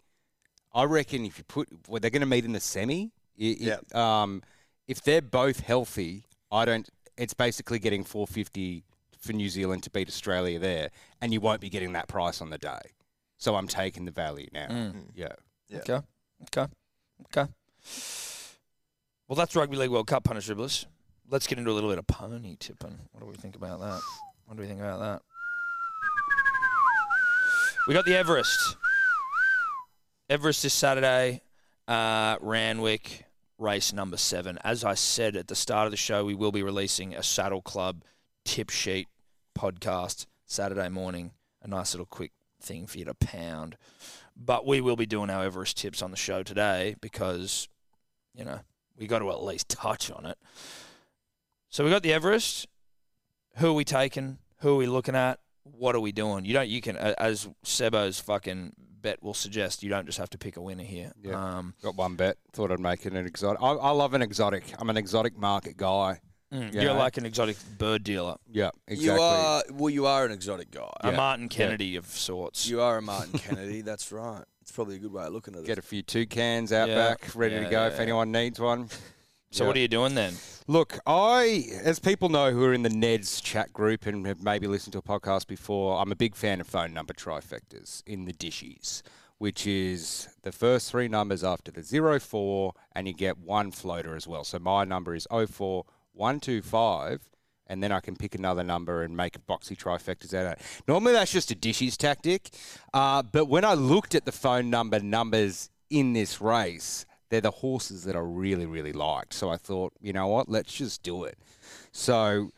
[SPEAKER 2] I reckon if you put, well, they're going to meet in the semi. I- i- Um, if they're both healthy, I don't. It's basically getting four fifty for New Zealand to beat Australia there, and you won't be getting that price on the day. So I'm taking the value now.
[SPEAKER 4] Mm.
[SPEAKER 1] Mm.
[SPEAKER 3] Mm.
[SPEAKER 2] Yeah.
[SPEAKER 3] Yeah.
[SPEAKER 1] Okay. Okay. Okay. Well, that's Rugby League World Cup punish dribblers. Let's get into a little bit of pony tipping. What do we think about that? What do we think about that? We got the Everest. Everest this Saturday, uh, Ranwick, race number seven. As I said at the start of the show, we will be releasing a Saddle Club tip sheet podcast Saturday morning. A nice little quick thing for you to pound. But we will be doing our Everest tips on the show today because, you know, we got to at least touch on it. So we got the Everest. Who are we taking? Who are we looking at? What are we doing? You don't. You can, a- as Sebo's fucking bet will suggest, you don't just have to pick a winner here.
[SPEAKER 2] Yeah.
[SPEAKER 1] Um,
[SPEAKER 2] Got one bet. Thought I'd make it an exotic. I, I love an exotic. I'm an exotic market guy.
[SPEAKER 1] mm,
[SPEAKER 2] Yeah.
[SPEAKER 1] You're like an exotic bird dealer,
[SPEAKER 2] Yeah, exactly.
[SPEAKER 4] You are well. You are an exotic guy.
[SPEAKER 1] a
[SPEAKER 2] Yeah.
[SPEAKER 1] Martin Kennedy of sorts.
[SPEAKER 4] You are a Martin Kennedy. That's right. It's probably a good way of looking at it.
[SPEAKER 2] Get a few toucans out
[SPEAKER 1] Yeah.
[SPEAKER 2] back, ready
[SPEAKER 1] Yeah,
[SPEAKER 2] to go
[SPEAKER 1] yeah,
[SPEAKER 2] if
[SPEAKER 1] yeah.
[SPEAKER 2] anyone needs one.
[SPEAKER 1] so what are you doing then?
[SPEAKER 2] Look, I, as people know who are in the Neds chat group and have maybe listened to a podcast before, I'm a big fan of phone number trifectas in the dishes, which is the first three numbers after the zero four, and you get one floater as well. So my number is 04125, and then I can pick another number and make boxy trifectas out of it. Normally that's just a dishes tactic, uh, but when I looked at the phone number numbers in this race, they're the horses that I really, really liked. So I thought, you know what, let's just do it. So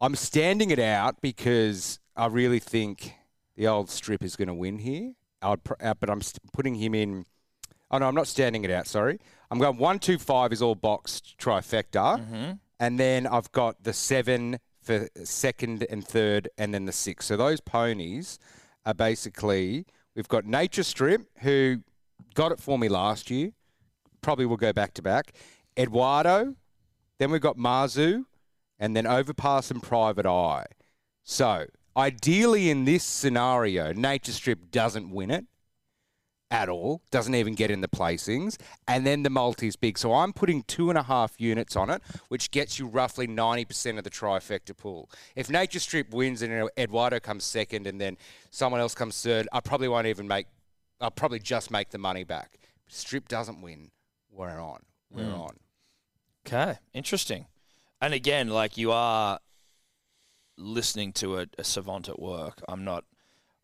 [SPEAKER 2] I'm standing it out because I really think the old strip is going to win here. I'd pr- uh, but I'm st- putting him in. Oh no, I'm not standing it out. Sorry, I'm going one, two, five is all boxed trifecta, and then I've got the seven for second and third, and then the six. So those ponies are basically we've got Nature Strip who got it for me last year. Probably will go back to back. Eduardo, then we've got Marzu, and then Overpass and Private Eye. So, ideally, in this scenario, Nature Strip doesn't win it at all, doesn't even get in the placings, and then the multi's big. So, I'm putting two and a half units on it, which gets you roughly 90% of the trifecta pool. If Nature Strip wins and Eduardo comes second, and then someone else comes third, I probably won't even make, I'll probably just make the money back. Strip doesn't win, we're on. We're on.
[SPEAKER 1] Okay, interesting. And again, like you are listening to a, a savant at work. I'm not.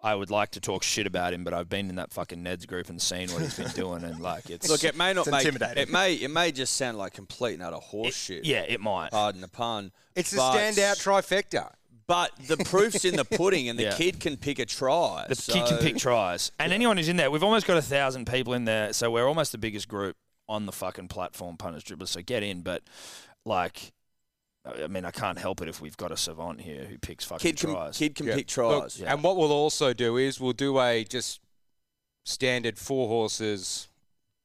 [SPEAKER 1] I would like to talk shit about him, but I've been in that fucking Ned's group and seen what he's been doing, and like it's
[SPEAKER 4] Look, it may not
[SPEAKER 3] It's
[SPEAKER 4] make
[SPEAKER 3] intimidating.
[SPEAKER 4] it may it may just sound like complete and utter
[SPEAKER 1] It-
[SPEAKER 4] horseshit.
[SPEAKER 1] Yeah, it might.
[SPEAKER 4] Pardon the pun.
[SPEAKER 2] It's a
[SPEAKER 4] but-
[SPEAKER 2] standout trifecta.
[SPEAKER 4] But the proof's in the pudding, and the
[SPEAKER 1] Yeah.
[SPEAKER 4] kid can pick a try.
[SPEAKER 1] the kid can pick tries, and anyone who's in there, we've almost got a thousand people in there, so we're almost the biggest group on the fucking platform, punters, dribblers. So get in, but like, I I mean, I can't help it if we've got a savant here who picks fucking
[SPEAKER 4] Kid can,
[SPEAKER 1] tries.
[SPEAKER 4] kid can
[SPEAKER 2] Yeah.
[SPEAKER 4] pick
[SPEAKER 2] Look,
[SPEAKER 4] tries.
[SPEAKER 1] Yeah.
[SPEAKER 2] And what we'll also do is we'll do a just standard four horses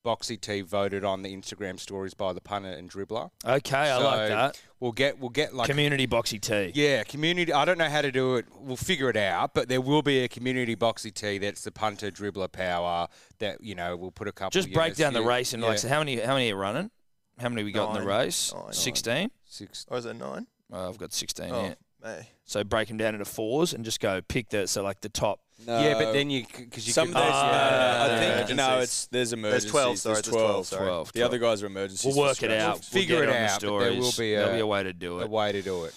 [SPEAKER 2] boxy tee voted on the Instagram stories by the punter and dribbler.
[SPEAKER 1] okay, I like
[SPEAKER 2] So,
[SPEAKER 1] that.
[SPEAKER 2] We'll get we'll get like
[SPEAKER 1] Community boxy tea.
[SPEAKER 2] yeah community. I don't know how to do it. We'll figure it out. But there will be a community boxy tee that's the punter dribbler power that you know we'll put a couple.
[SPEAKER 1] Just break
[SPEAKER 2] units
[SPEAKER 1] down the
[SPEAKER 2] here.
[SPEAKER 1] race and like,
[SPEAKER 2] Yeah.
[SPEAKER 1] so how many how many are running? How many we got in the
[SPEAKER 3] Nine.
[SPEAKER 1] race?
[SPEAKER 3] Nine.
[SPEAKER 1] Sixteen.
[SPEAKER 2] six.
[SPEAKER 3] Or is it nine?
[SPEAKER 1] Uh, I've got sixteen.
[SPEAKER 3] Oh,
[SPEAKER 1] Yeah.
[SPEAKER 3] mate.
[SPEAKER 1] So break them down into fours and just go pick the so like the top.
[SPEAKER 4] No.
[SPEAKER 2] yeah, but then you because you
[SPEAKER 5] Some
[SPEAKER 2] could,
[SPEAKER 5] of those,
[SPEAKER 1] Ah,
[SPEAKER 5] no, no, no,
[SPEAKER 1] yeah,
[SPEAKER 5] I
[SPEAKER 1] yeah,
[SPEAKER 5] think
[SPEAKER 3] yeah.
[SPEAKER 5] no, it's there's
[SPEAKER 3] There's
[SPEAKER 5] emergencies.
[SPEAKER 3] 12, sorry. There's 12, sorry.
[SPEAKER 1] 12,
[SPEAKER 5] The other guys are emergencies.
[SPEAKER 1] We'll
[SPEAKER 5] for
[SPEAKER 1] work it
[SPEAKER 5] scratch.
[SPEAKER 1] out. We'll
[SPEAKER 2] figure
[SPEAKER 1] get
[SPEAKER 2] it
[SPEAKER 1] on the
[SPEAKER 2] out, but there will
[SPEAKER 1] stories.
[SPEAKER 2] be
[SPEAKER 1] There'll
[SPEAKER 2] a-
[SPEAKER 1] be a way to do
[SPEAKER 2] a
[SPEAKER 1] it.
[SPEAKER 2] way to do it.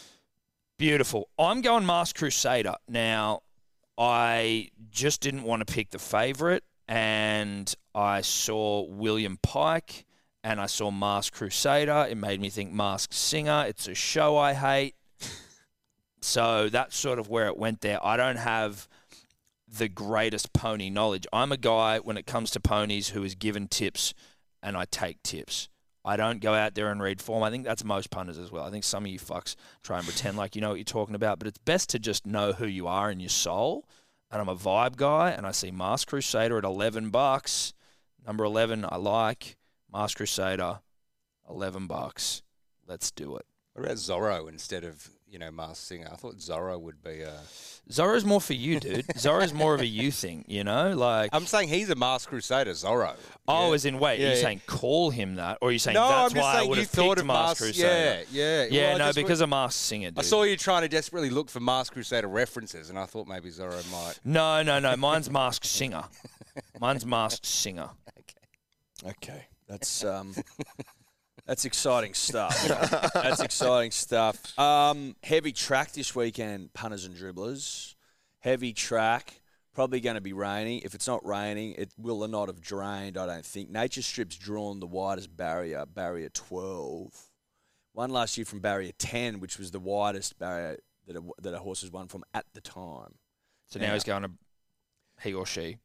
[SPEAKER 1] Beautiful. I'm going Masked Crusader. Now, I just didn't want to pick the favourite, and I saw William Pike and I saw Masked Crusader. It made me think Masked Singer. It's a show I hate. so that's sort of where it went there. I don't have the greatest pony knowledge. I'm a guy, when it comes to ponies, who is given tips and I take tips. I don't go out there and read form. I think that's most punters as well. I think some of you fucks try and pretend like you know what you're talking about, but it's best to just know who you are in your soul. And I'm a vibe guy, and I see Mars Crusader at 11 bucks. Number 11, I like. Mars Crusader, 11 bucks. Let's do it.
[SPEAKER 2] What about Zorro instead of you know Mars Singer? I thought Zorro would be. Uh,
[SPEAKER 1] Zorro's more for you, dude. Zorro's more of a you thing, you know? Like,
[SPEAKER 2] I'm saying he's a masked crusader, Zorro.
[SPEAKER 1] oh, as in, wait,
[SPEAKER 2] Yeah,
[SPEAKER 1] are you
[SPEAKER 2] yeah.
[SPEAKER 1] saying call him that? Or are you saying
[SPEAKER 2] no,
[SPEAKER 1] that's
[SPEAKER 2] I'm just
[SPEAKER 1] why I
[SPEAKER 2] saying
[SPEAKER 1] would
[SPEAKER 2] you
[SPEAKER 1] have
[SPEAKER 2] thought
[SPEAKER 1] picked
[SPEAKER 2] of
[SPEAKER 1] Mars
[SPEAKER 2] Mars
[SPEAKER 1] Crusader?
[SPEAKER 2] Yeah, yeah.
[SPEAKER 1] Yeah,
[SPEAKER 2] Well, I
[SPEAKER 1] no,
[SPEAKER 2] just
[SPEAKER 1] because
[SPEAKER 2] wa-
[SPEAKER 1] of Mars Singer, dude.
[SPEAKER 2] I saw you trying to desperately look for Mars Crusader references, and I thought maybe Zorro might.
[SPEAKER 1] No, no, no. Mine's Masked Singer. Mine's Masked Singer.
[SPEAKER 4] Okay, that's um, that's exciting stuff. that's exciting stuff. Um, heavy track this weekend, punters and dribblers. Heavy track. Probably going to be raining. If it's not raining, it will not have drained. I don't think. Nature Strip's drawn the widest barrier, barrier twelve. One last year from barrier ten, which was the widest barrier that a, that a horse has won from at the time.
[SPEAKER 1] So now
[SPEAKER 4] Yeah.
[SPEAKER 1] he's going to he or she.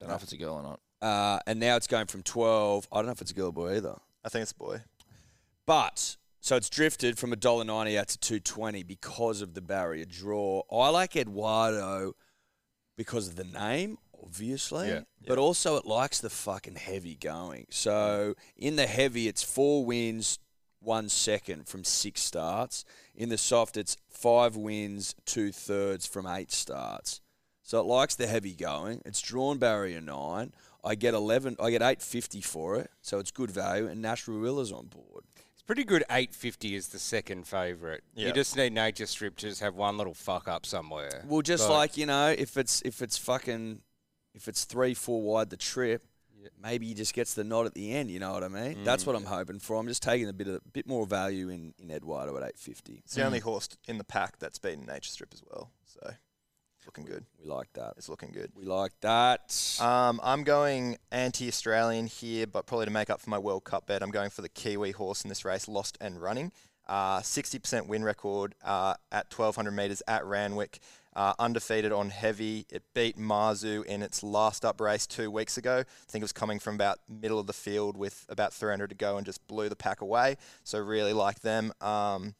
[SPEAKER 1] Don't know if it's a girl or not.
[SPEAKER 4] Uh, and now it's going from twelve. I don't know if it's a girl or boy either.
[SPEAKER 3] I think it's a boy.
[SPEAKER 4] But so it's drifted from $1.90 out to two twenty because of the barrier draw. I like Eduardo because of the name, obviously.
[SPEAKER 2] Yeah.
[SPEAKER 4] But also it likes the fucking heavy going. So in the heavy it's four wins, one second from six starts. In the soft it's five wins, two thirds from eight starts. So it likes the heavy going. It's drawn barrier nine. I get eleven. I get eight fifty for it, so it's good value. And Nash Ruilla's on board.
[SPEAKER 2] It's pretty good. Eight fifty is the second favourite.
[SPEAKER 3] Yeah.
[SPEAKER 2] You just need nature strip to just have one little fuck up somewhere.
[SPEAKER 4] Well, just
[SPEAKER 2] But-
[SPEAKER 4] like you know, if it's if it's fucking if it's three four wide the trip, maybe he just gets the nod at the end. You know what I mean? That's what I'm hoping for. I'm just taking a bit of bit more value in in Eduardo at eight fifty.
[SPEAKER 1] Mm.
[SPEAKER 3] It's the only horse in the pack that's beaten Nature Strip as well. So it's looking good.
[SPEAKER 4] We like that.
[SPEAKER 3] It's looking good.
[SPEAKER 4] We like that.
[SPEAKER 3] Um, I'm going anti-Australian here, but probably to make up for my World Cup bet, I'm going for the Kiwi horse in this race, Lost and Running. Uh, 60% win record uh, at 1200 metres at Ranwick, uh, undefeated on heavy. It beat Marzu in its last up race two weeks ago. I think it was coming from about middle of the field with about 300 to go and just blew the pack away. So really like them. Um,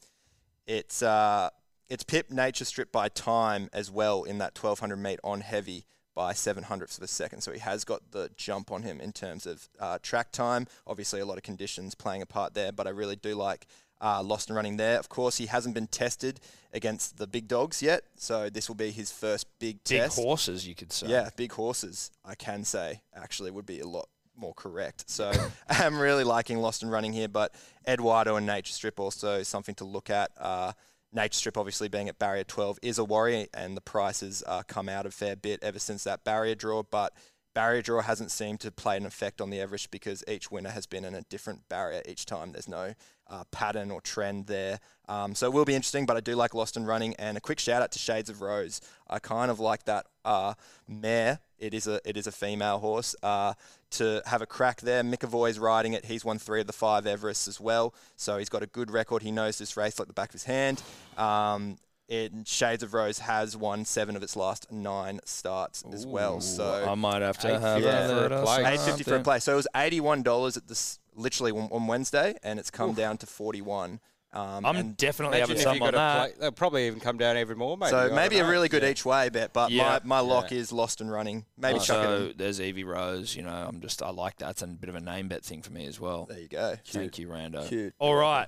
[SPEAKER 3] it's uh, it's Pip Nature Strip by time as well in that 1200 meet on heavy by seven hundredths of a second. So he has got the jump on him in terms of uh, track time. Obviously, a lot of conditions playing a part there, but I really do like uh, Lost and Running there. Of course, he hasn't been tested against the big dogs yet, so this will be his first big
[SPEAKER 1] Big
[SPEAKER 3] test.
[SPEAKER 1] horses, you could say.
[SPEAKER 3] Yeah, big horses, I can say, actually would be a lot more correct. So I'm really liking Lost and Running here, but Eduardo and Nature Strip also something to look at. Uh, Nature Strip, obviously being at barrier 12, is a worry, and the prices uh, come out a fair bit ever since that barrier draw, but barrier draw hasn't seemed to play an effect on the average because each winner has been in a different barrier each time. There's no uh, pattern or trend there. Um, so it will be interesting, but I do like Lost and Running. And a quick shout out to Shades of Rose. I kind of like that uh, mare. It is a it is a female horse. Uh, to have a crack there, McAvoy's riding it. He's won three of the five Everests as well, so he's got a good record. He knows this race like the back of his hand. Um, and Shades of Rose has won seven of its last nine starts as well. So
[SPEAKER 1] I might have to have
[SPEAKER 3] yeah, for a
[SPEAKER 1] that or
[SPEAKER 2] plate.
[SPEAKER 3] eight fifty for a
[SPEAKER 1] something.
[SPEAKER 3] play. So it was eighty one dollars at this literally on, on Wednesday, and it's come down to forty one. Um,
[SPEAKER 1] I'm
[SPEAKER 3] and
[SPEAKER 1] definitely having
[SPEAKER 2] Imagine if you
[SPEAKER 1] something
[SPEAKER 2] got
[SPEAKER 1] on that.
[SPEAKER 2] a plate. They'll probably even come down every more, maybe. I
[SPEAKER 3] so
[SPEAKER 2] don't
[SPEAKER 3] maybe a
[SPEAKER 2] know.
[SPEAKER 3] really good each way bet, but
[SPEAKER 1] Yeah. Oh,
[SPEAKER 3] my, my lock is lost and running. Maybe chuck it.
[SPEAKER 1] Also,
[SPEAKER 3] In.
[SPEAKER 1] there's Evie Rose. You know, I'm just I like that. It's a bit of a name bet thing for me as well.
[SPEAKER 3] There you go.
[SPEAKER 1] Thank you, Rando.
[SPEAKER 4] Cute.
[SPEAKER 1] All right.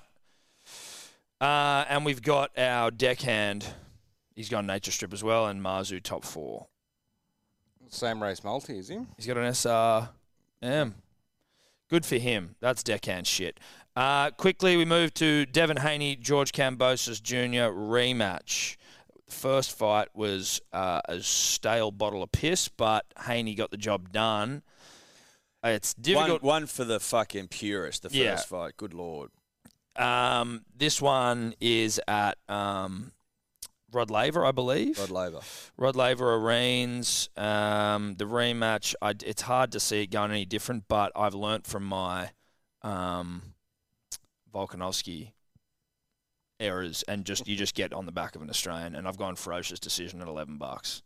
[SPEAKER 1] Uh, and we've got our deckhand. He's gone nature strip as well, and Marzu top four.
[SPEAKER 3] e
[SPEAKER 2] Same race multi, is he?
[SPEAKER 1] He's got an SRM. Good for him. That's deckhand shit. Uh, quickly, we move to Devin Haney, George Cambosis Jr. rematch. The first fight was uh, a stale bottle of piss, but Haney got the job done. It's
[SPEAKER 4] One,
[SPEAKER 1] difficult.
[SPEAKER 4] one for the fucking purist. The first
[SPEAKER 1] Yeah.
[SPEAKER 4] fight. Good lord.
[SPEAKER 1] Um, this one is at um, Rod Laver, I believe.
[SPEAKER 4] God Laver.
[SPEAKER 1] Rod Laver Arenes. Um, the rematch. I, it's hard to see it going any different, but I've learnt from my um, Volkanovski errors, and just you just get on the back of an Australian, and I've gone ferocious decision at eleven bucks.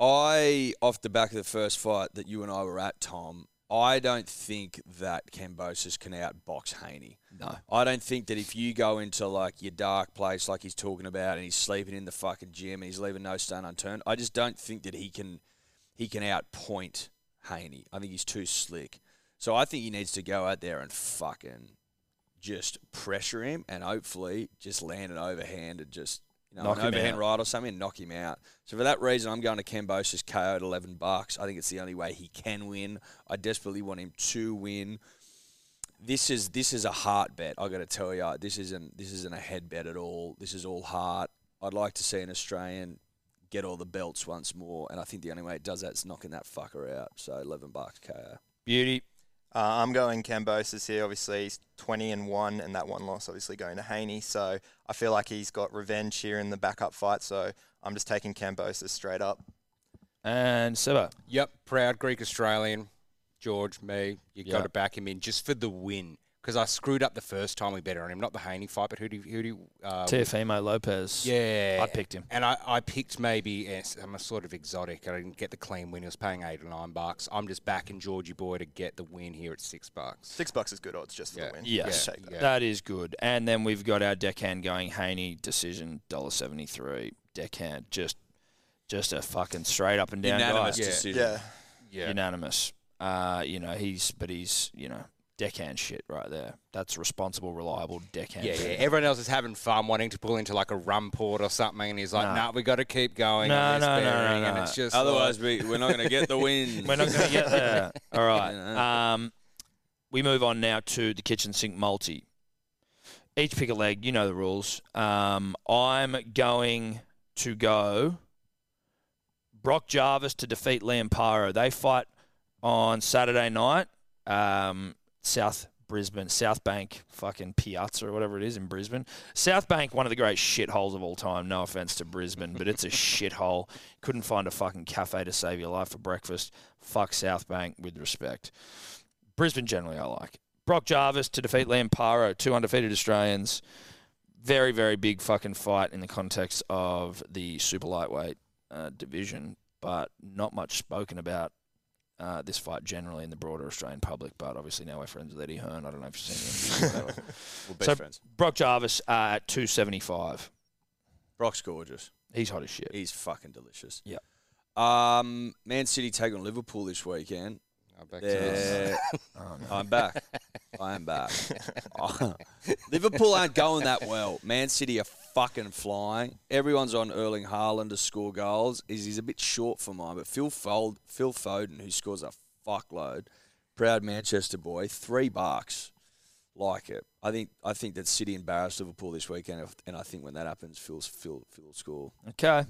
[SPEAKER 4] I, off the back of the first fight that you and I were at, Tom, I don't think that Cambosis can outbox Haney.
[SPEAKER 1] No.
[SPEAKER 4] I don't think that if you go into like your dark place, like he's talking about, and he's sleeping in the fucking gym and he's leaving no stone unturned. I just don't think that he can he can outpoint Haney. I think he's too slick. So I think he needs to go out there and fucking just pressure him and hopefully just land an overhand and just you know
[SPEAKER 1] Knock
[SPEAKER 4] an
[SPEAKER 1] him
[SPEAKER 4] overhand
[SPEAKER 1] out.
[SPEAKER 4] right or something and knock him out. So for that reason, I'm going to Cambosis KO at 11 bucks. I think it's the only way he can win. I desperately want him to win this is this is a heart bet. I got to tell you, this isn't this isn't a head bet at all. This is all heart. I'd like to see an Australian get all the belts once more, and I think the only way it does that is knocking that fucker out. So eleven bucks KO.
[SPEAKER 1] Beauty.
[SPEAKER 3] Uh, I'm going Cambosis here. Obviously, he's 20 and 1, and that one loss obviously going to Haney. So I feel like he's got revenge here in the backup fight. So I'm just taking Cambosis straight up.
[SPEAKER 1] and Seba.
[SPEAKER 2] Yep, proud Greek Australian, George, me. You got
[SPEAKER 1] Yeah.
[SPEAKER 2] to back him in just for the win because I screwed up the first time we bet on him, not the Haney fight, but who do who do uh,
[SPEAKER 1] Teofimo Lopez.
[SPEAKER 2] Yeah,
[SPEAKER 1] I picked him.
[SPEAKER 2] and I, I picked maybe yes, I'm a sort of exotic. I didn't get the clean win. He was paying eight or nine bucks. I'm just backing Georgie boy to get the win here at six bucks.
[SPEAKER 3] Six bucks is good odds just for
[SPEAKER 2] Yeah.
[SPEAKER 3] the win.
[SPEAKER 1] Yes,
[SPEAKER 3] Just take that.
[SPEAKER 2] yeah.
[SPEAKER 1] that is good. And then we've got our deckhand going Haney decision dollar seventy three deckhand just just a fucking straight up and down guy.
[SPEAKER 4] Unanimous
[SPEAKER 2] Yeah.
[SPEAKER 4] decision.
[SPEAKER 3] Yeah.
[SPEAKER 2] Yeah,
[SPEAKER 1] unanimous. Uh, you know, he's but he's you know deckhand shit right there. That's responsible, reliable deckhand.
[SPEAKER 2] yeah, yeah.
[SPEAKER 1] shit.
[SPEAKER 2] Everyone else is having fun, wanting to pull into like a rum port or something, and he's like,
[SPEAKER 1] No.
[SPEAKER 2] "Nah, we got to keep going."
[SPEAKER 1] No,
[SPEAKER 2] on this
[SPEAKER 1] no, no,
[SPEAKER 2] bearing,"
[SPEAKER 1] no,
[SPEAKER 2] And
[SPEAKER 1] no.
[SPEAKER 2] it's just
[SPEAKER 4] Otherwise, we, we're not going to get the win.
[SPEAKER 1] We're not going to get there. All right.
[SPEAKER 4] Yeah.
[SPEAKER 1] Um, we move on now to the kitchen sink multi. Each pick a leg. You know the rules. Um, I'm going to go Brock Jarvis to defeat Liam Pyro. They fight on Saturday night. Um, South Brisbane, South Bank, fucking Piazza or whatever it is in Brisbane. South Bank, one of the great shitholes of all time. No offense to Brisbane, but it's a shithole. Couldn't find a fucking cafe to save your life for breakfast. Fuck South Bank with respect. Brisbane generally I like. Brock Jarvis to defeat Liam Paro, two undefeated Australians. Very, very big fucking fight in the context of the super lightweight uh, division, but not much spoken about uh, this fight generally in the broader Australian public. But obviously now we're friends with Eddie Hearn. I don't know if you've seen him. Whatever.
[SPEAKER 4] We're best
[SPEAKER 1] So-
[SPEAKER 4] friends.
[SPEAKER 1] Brock Jarvis uh, at 275.
[SPEAKER 4] Brock's gorgeous.
[SPEAKER 1] He's hot as shit.
[SPEAKER 4] He's fucking delicious.
[SPEAKER 1] Yeah.
[SPEAKER 4] Um, Man City take on Liverpool this weekend.
[SPEAKER 2] I'm "Oh, back to this.
[SPEAKER 4] They're-
[SPEAKER 1] Oh, no.
[SPEAKER 4] I'm back. I am back. Oh, Liverpool aren't going that well. Man City are fucking flying. Everyone's on Erling Haaland to score goals. He's, he's a bit short for mine, but Phil Fold, Phil Foden, who scores a fuckload, proud Manchester boy, three bucks. Like it. I think I think that City embarrassed Liverpool this weekend, and I think when that happens, Phil's, Phil Phil will score.
[SPEAKER 1] Okay.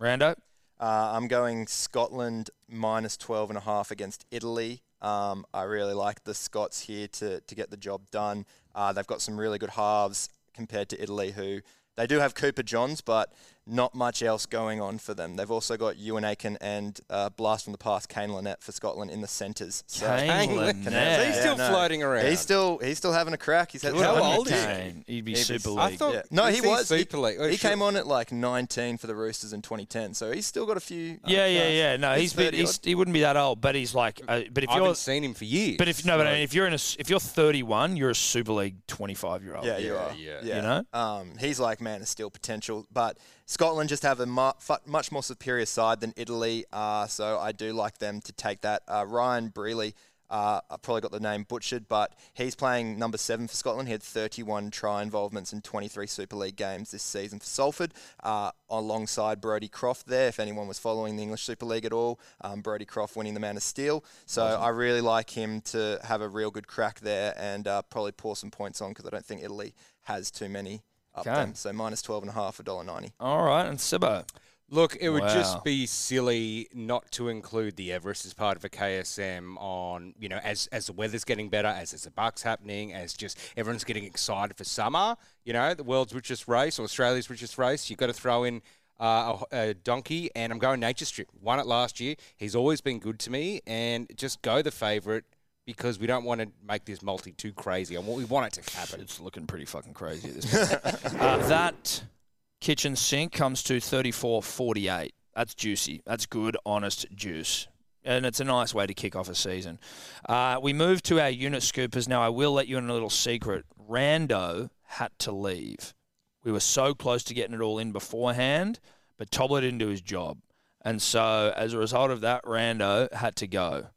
[SPEAKER 1] Rando?
[SPEAKER 3] Uh, I'm going Scotland minus 12 and a half against Italy. Um, I really like the Scots here to, to get the job done. Uh, they've got some really good halves compared to Italy, who they do have Cooper Johns, but not much else going on for them. They've also got Ewan Aiken and uh, Blast from the Past, Kane Lynette for Scotland in the centres. So
[SPEAKER 1] Kane
[SPEAKER 3] Kane
[SPEAKER 1] Lynette.
[SPEAKER 2] He's
[SPEAKER 3] yeah,
[SPEAKER 2] still
[SPEAKER 3] no.
[SPEAKER 2] floating around.
[SPEAKER 3] He's still he's still having a crack. He's had
[SPEAKER 2] How
[SPEAKER 3] such a
[SPEAKER 2] old is
[SPEAKER 3] kick.
[SPEAKER 1] Kane. He'd be
[SPEAKER 3] He'd be-
[SPEAKER 1] Super League.
[SPEAKER 2] I thought.
[SPEAKER 3] Yeah. No,
[SPEAKER 2] is
[SPEAKER 3] he was. He-
[SPEAKER 2] Super League. Oh,
[SPEAKER 3] He
[SPEAKER 2] sure.
[SPEAKER 3] came on at like 19 for the Roosters in 2010, so he's still got a few.
[SPEAKER 1] yeah, yeah, yeah. No,
[SPEAKER 3] He's
[SPEAKER 1] he's been,
[SPEAKER 3] 30
[SPEAKER 1] he's, he wouldn't be that old, but he's like, uh, but if
[SPEAKER 2] I
[SPEAKER 1] you're,
[SPEAKER 2] haven't seen him for years.
[SPEAKER 1] but if no, but I mean, if you're in a, s- if you're 31, you're a Super League 25 year old.
[SPEAKER 3] Yeah, you
[SPEAKER 2] Yeah,
[SPEAKER 3] are.
[SPEAKER 2] yeah.
[SPEAKER 1] You know?
[SPEAKER 3] um, he's like, man, there's still potential. But Scotland just have a mu- fu- much more superior side than Italy, uh, so I do like them to take that. Uh, Ryan Brealey, uh, I probably got the name butchered, but he's playing number seven for Scotland. He had 31 try involvements in 23 Super League games this season for Salford, uh, alongside Brodie Croft there. If anyone was following the English Super League at all, um, Brodie Croft winning the Man of Steel. So I really like him to have a real good crack there and uh, probably pour some points on because I don't think Italy has too many up
[SPEAKER 1] Okay.
[SPEAKER 3] them. So minus 12 and a half, a dollar 90.
[SPEAKER 1] All right. And Sebo.
[SPEAKER 2] Look, it would
[SPEAKER 1] Wow.
[SPEAKER 2] just be silly not to include the Everest as part of a KSM on, you know, as as the weather's getting better, as there's a bucks happening, as just everyone's getting excited for summer, you know, the world's richest race or Australia's richest race, you've got to throw in uh, a, a donkey and I'm going Nature Strip. Won it last year. He's always been good to me and just go the favourite because we don't want to make this multi too crazy. And what we want it to happen.
[SPEAKER 1] It's looking pretty fucking crazy at this point. uh, that kitchen sink comes to 34.48. That's juicy. That's good, honest juice. And it's a nice way to kick off a season. Uh, we move to our unit scoopers. Now, I will let you in a little secret. Rando had to leave. We were so close to getting it all in beforehand, but Tobler didn't do his job. And so, as a result of that, Rando had to go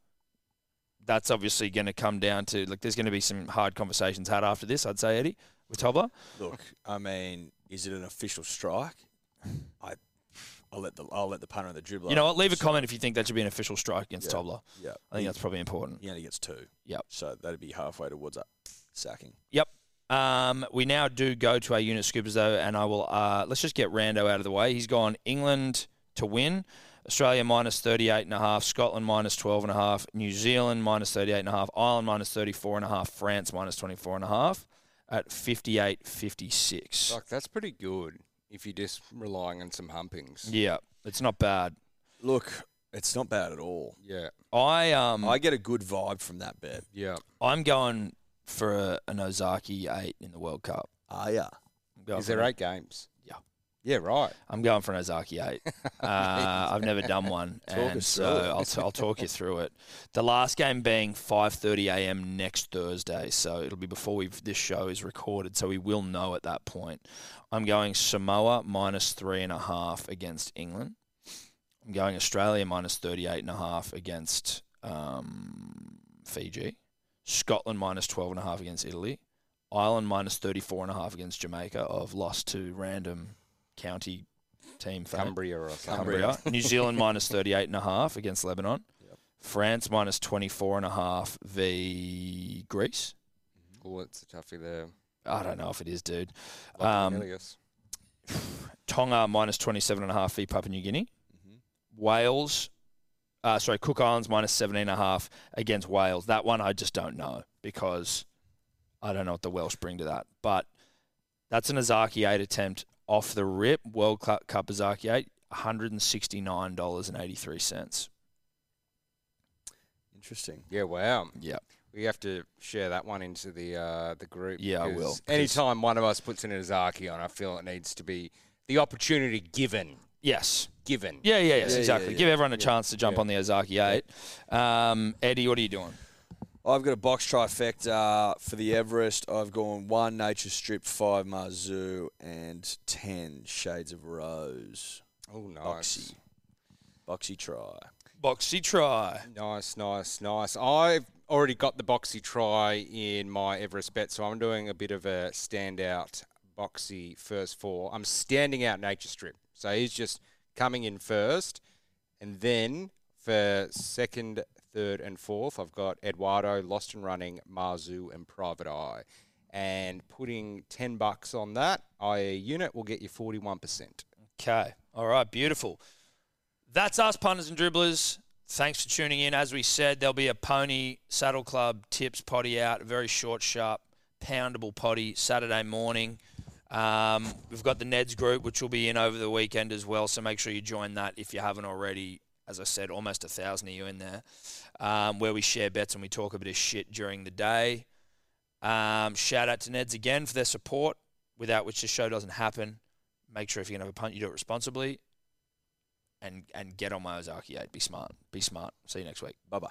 [SPEAKER 1] that's obviously going to come down to like there's going to be some hard conversations had after this. I'd say Eddie with Tobler.
[SPEAKER 4] Look, I mean, is it an official strike? I, I'll let the I'll let the punter and the dribbler.
[SPEAKER 1] You know what? Leave a comment if you think that should be an official strike against
[SPEAKER 4] Yeah.
[SPEAKER 1] Tobler.
[SPEAKER 4] Yeah,
[SPEAKER 1] I think that's probably important.
[SPEAKER 4] he only gets two.
[SPEAKER 1] Yep.
[SPEAKER 4] So that'd be halfway towards a sacking.
[SPEAKER 1] Um, we now do go to our unit scoopers though, and I will. Uh, let's just get Rando out of the way. He's gone England to win, Australia minus 38 and a half, Scotland minus 12 and a half, New Zealand minus 38 and a half, Ireland minus 34 and a half, France minus 24 and a half at 58.56.
[SPEAKER 2] Like, that's pretty good if you're just relying on some humpings.
[SPEAKER 1] Yeah, it's not bad.
[SPEAKER 4] Look, It's not bad at all.
[SPEAKER 2] Yeah.
[SPEAKER 1] I um
[SPEAKER 4] I get a good vibe from that bet.
[SPEAKER 2] Yeah.
[SPEAKER 1] I'm going for a, an Ozaki eight in the World Cup.
[SPEAKER 4] Ah, yeah.
[SPEAKER 1] I'm going
[SPEAKER 2] Is
[SPEAKER 1] for
[SPEAKER 2] there
[SPEAKER 1] an-
[SPEAKER 2] eight games?
[SPEAKER 1] Yeah.
[SPEAKER 2] Yeah, right.
[SPEAKER 1] I'm going for an Ozaki eight. Uh, I've never done one,
[SPEAKER 4] Talk
[SPEAKER 1] and
[SPEAKER 4] us
[SPEAKER 1] so
[SPEAKER 4] through it.
[SPEAKER 1] I'll, t- I'll talk you through it. The last game being 5:30 a.m. next Thursday, so it'll be before we've this show is recorded, so we will know at that point. I'm going Samoa minus three and a half against England. I'm going Australia minus 38 and a half against um, Fiji. Scotland minus 12 and a half against Italy. Ireland minus 34 and a half against Jamaica. I've lost to random county team fame.
[SPEAKER 2] Cumbria or something.
[SPEAKER 1] Cumbria. New Zealand minus 38 and a half against Lebanon. France minus 24 and a half v Greece. Mm-hmm.
[SPEAKER 2] Oh, it's a toughie there.
[SPEAKER 1] I don't know if it is, dude. Um,
[SPEAKER 2] Cornelius.
[SPEAKER 1] Tonga minus 27 and a half v Papua New Guinea.
[SPEAKER 4] Mm-hmm.
[SPEAKER 1] Wales, uh, sorry, Cook Islands minus 17 and a half against Wales. That one I just don't know because I don't know what the Welsh bring to that. But that's an Azaki 8 attempt off the rip. World Cu- Cup Azaki 8, $169.83.
[SPEAKER 4] Interesting.
[SPEAKER 2] Yeah, wow.
[SPEAKER 1] Yeah.
[SPEAKER 2] We have to share that one into the uh, the group.
[SPEAKER 1] Yeah, I will,
[SPEAKER 2] because
[SPEAKER 1] 'cause-
[SPEAKER 2] Anytime one of us puts in an Azaki on, I feel it needs to be the opportunity given.
[SPEAKER 1] Yes.
[SPEAKER 2] Given.
[SPEAKER 1] Yeah, yeah, yes,
[SPEAKER 4] Yeah,
[SPEAKER 1] exactly.
[SPEAKER 4] yeah,
[SPEAKER 1] Give everyone a chance to jump on the Ozaki 8. Um, Eddie, what are you doing?
[SPEAKER 4] I've got a box trifecta for the Everest. I've gone one nature strip, five Marzu, and ten shades of rose.
[SPEAKER 2] Oh,
[SPEAKER 4] Boxy.
[SPEAKER 2] nice.
[SPEAKER 4] Boxy try.
[SPEAKER 1] Boxy try.
[SPEAKER 2] Nice, nice, nice. I've already got the boxy try in my Everest bet, so I'm doing a bit of a standout boxy first four. I'm standing out Nature Strip. So he's just coming in first. And then for second, third, and fourth, I've got Eduardo, Lost and Running, Marzu, and Private Eye. And putting 10 bucks on that, i.e., unit, will get you 41%.
[SPEAKER 1] Okay. All right. Beautiful. That's us, punters and dribblers. Thanks for tuning in. As we said, there'll be a pony saddle club tips potty out, a very short, sharp, poundable potty Saturday morning. Um, we've got the Neds group, which will be in over the weekend as well. So make sure you join that if you haven't already. As I said, almost a thousand of you in there, um, where we share bets and we talk a bit of shit during the day. Um, shout out to Neds again for their support, without which this show doesn't happen make sure if you're gonna have a punt, you do it responsibly. And and get on my Ozaki eight. Be smart. Be smart. See you next week.
[SPEAKER 4] Bye bye.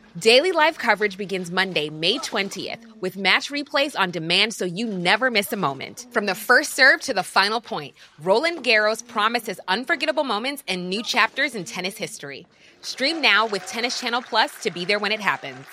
[SPEAKER 6] Daily live coverage begins Monday, May 20th, with match replays on demand so you never miss a moment. From the first serve to the final point, Roland Garros promises unforgettable moments and new chapters in tennis history. Stream now with Tennis Channel Plus to be there when it happens.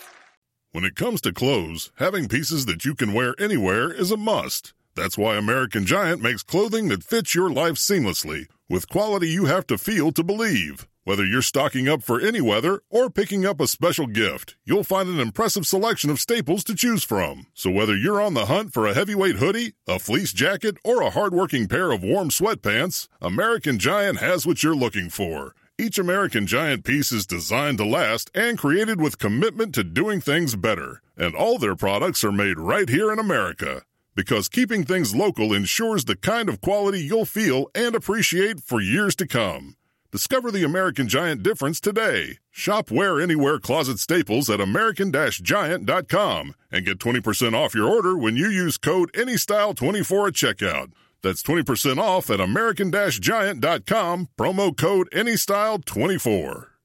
[SPEAKER 7] When it comes to clothes, having pieces that you can wear anywhere is a must. That's why American Giant makes clothing that fits your life seamlessly, with quality you have to feel to believe. Whether you're stocking up for any weather or picking up a special gift, you'll find an impressive selection of staples to choose from. So whether you're on the hunt for a heavyweight hoodie, a fleece jacket, or a hardworking pair of warm sweatpants, American Giant has what you're looking for. Each American Giant piece is designed to last and created with commitment to doing things better. And all their products are made right here in America. Because keeping things local ensures the kind of quality you'll feel and appreciate for years to come. Discover the American Giant difference today. Shop Wear Anywhere Closet Staples at American Giant.com and get 20% off your order when you use code ANYSTYLE24 at checkout. That's 20% off at American Giant.com, promo code ANYSTYLE24.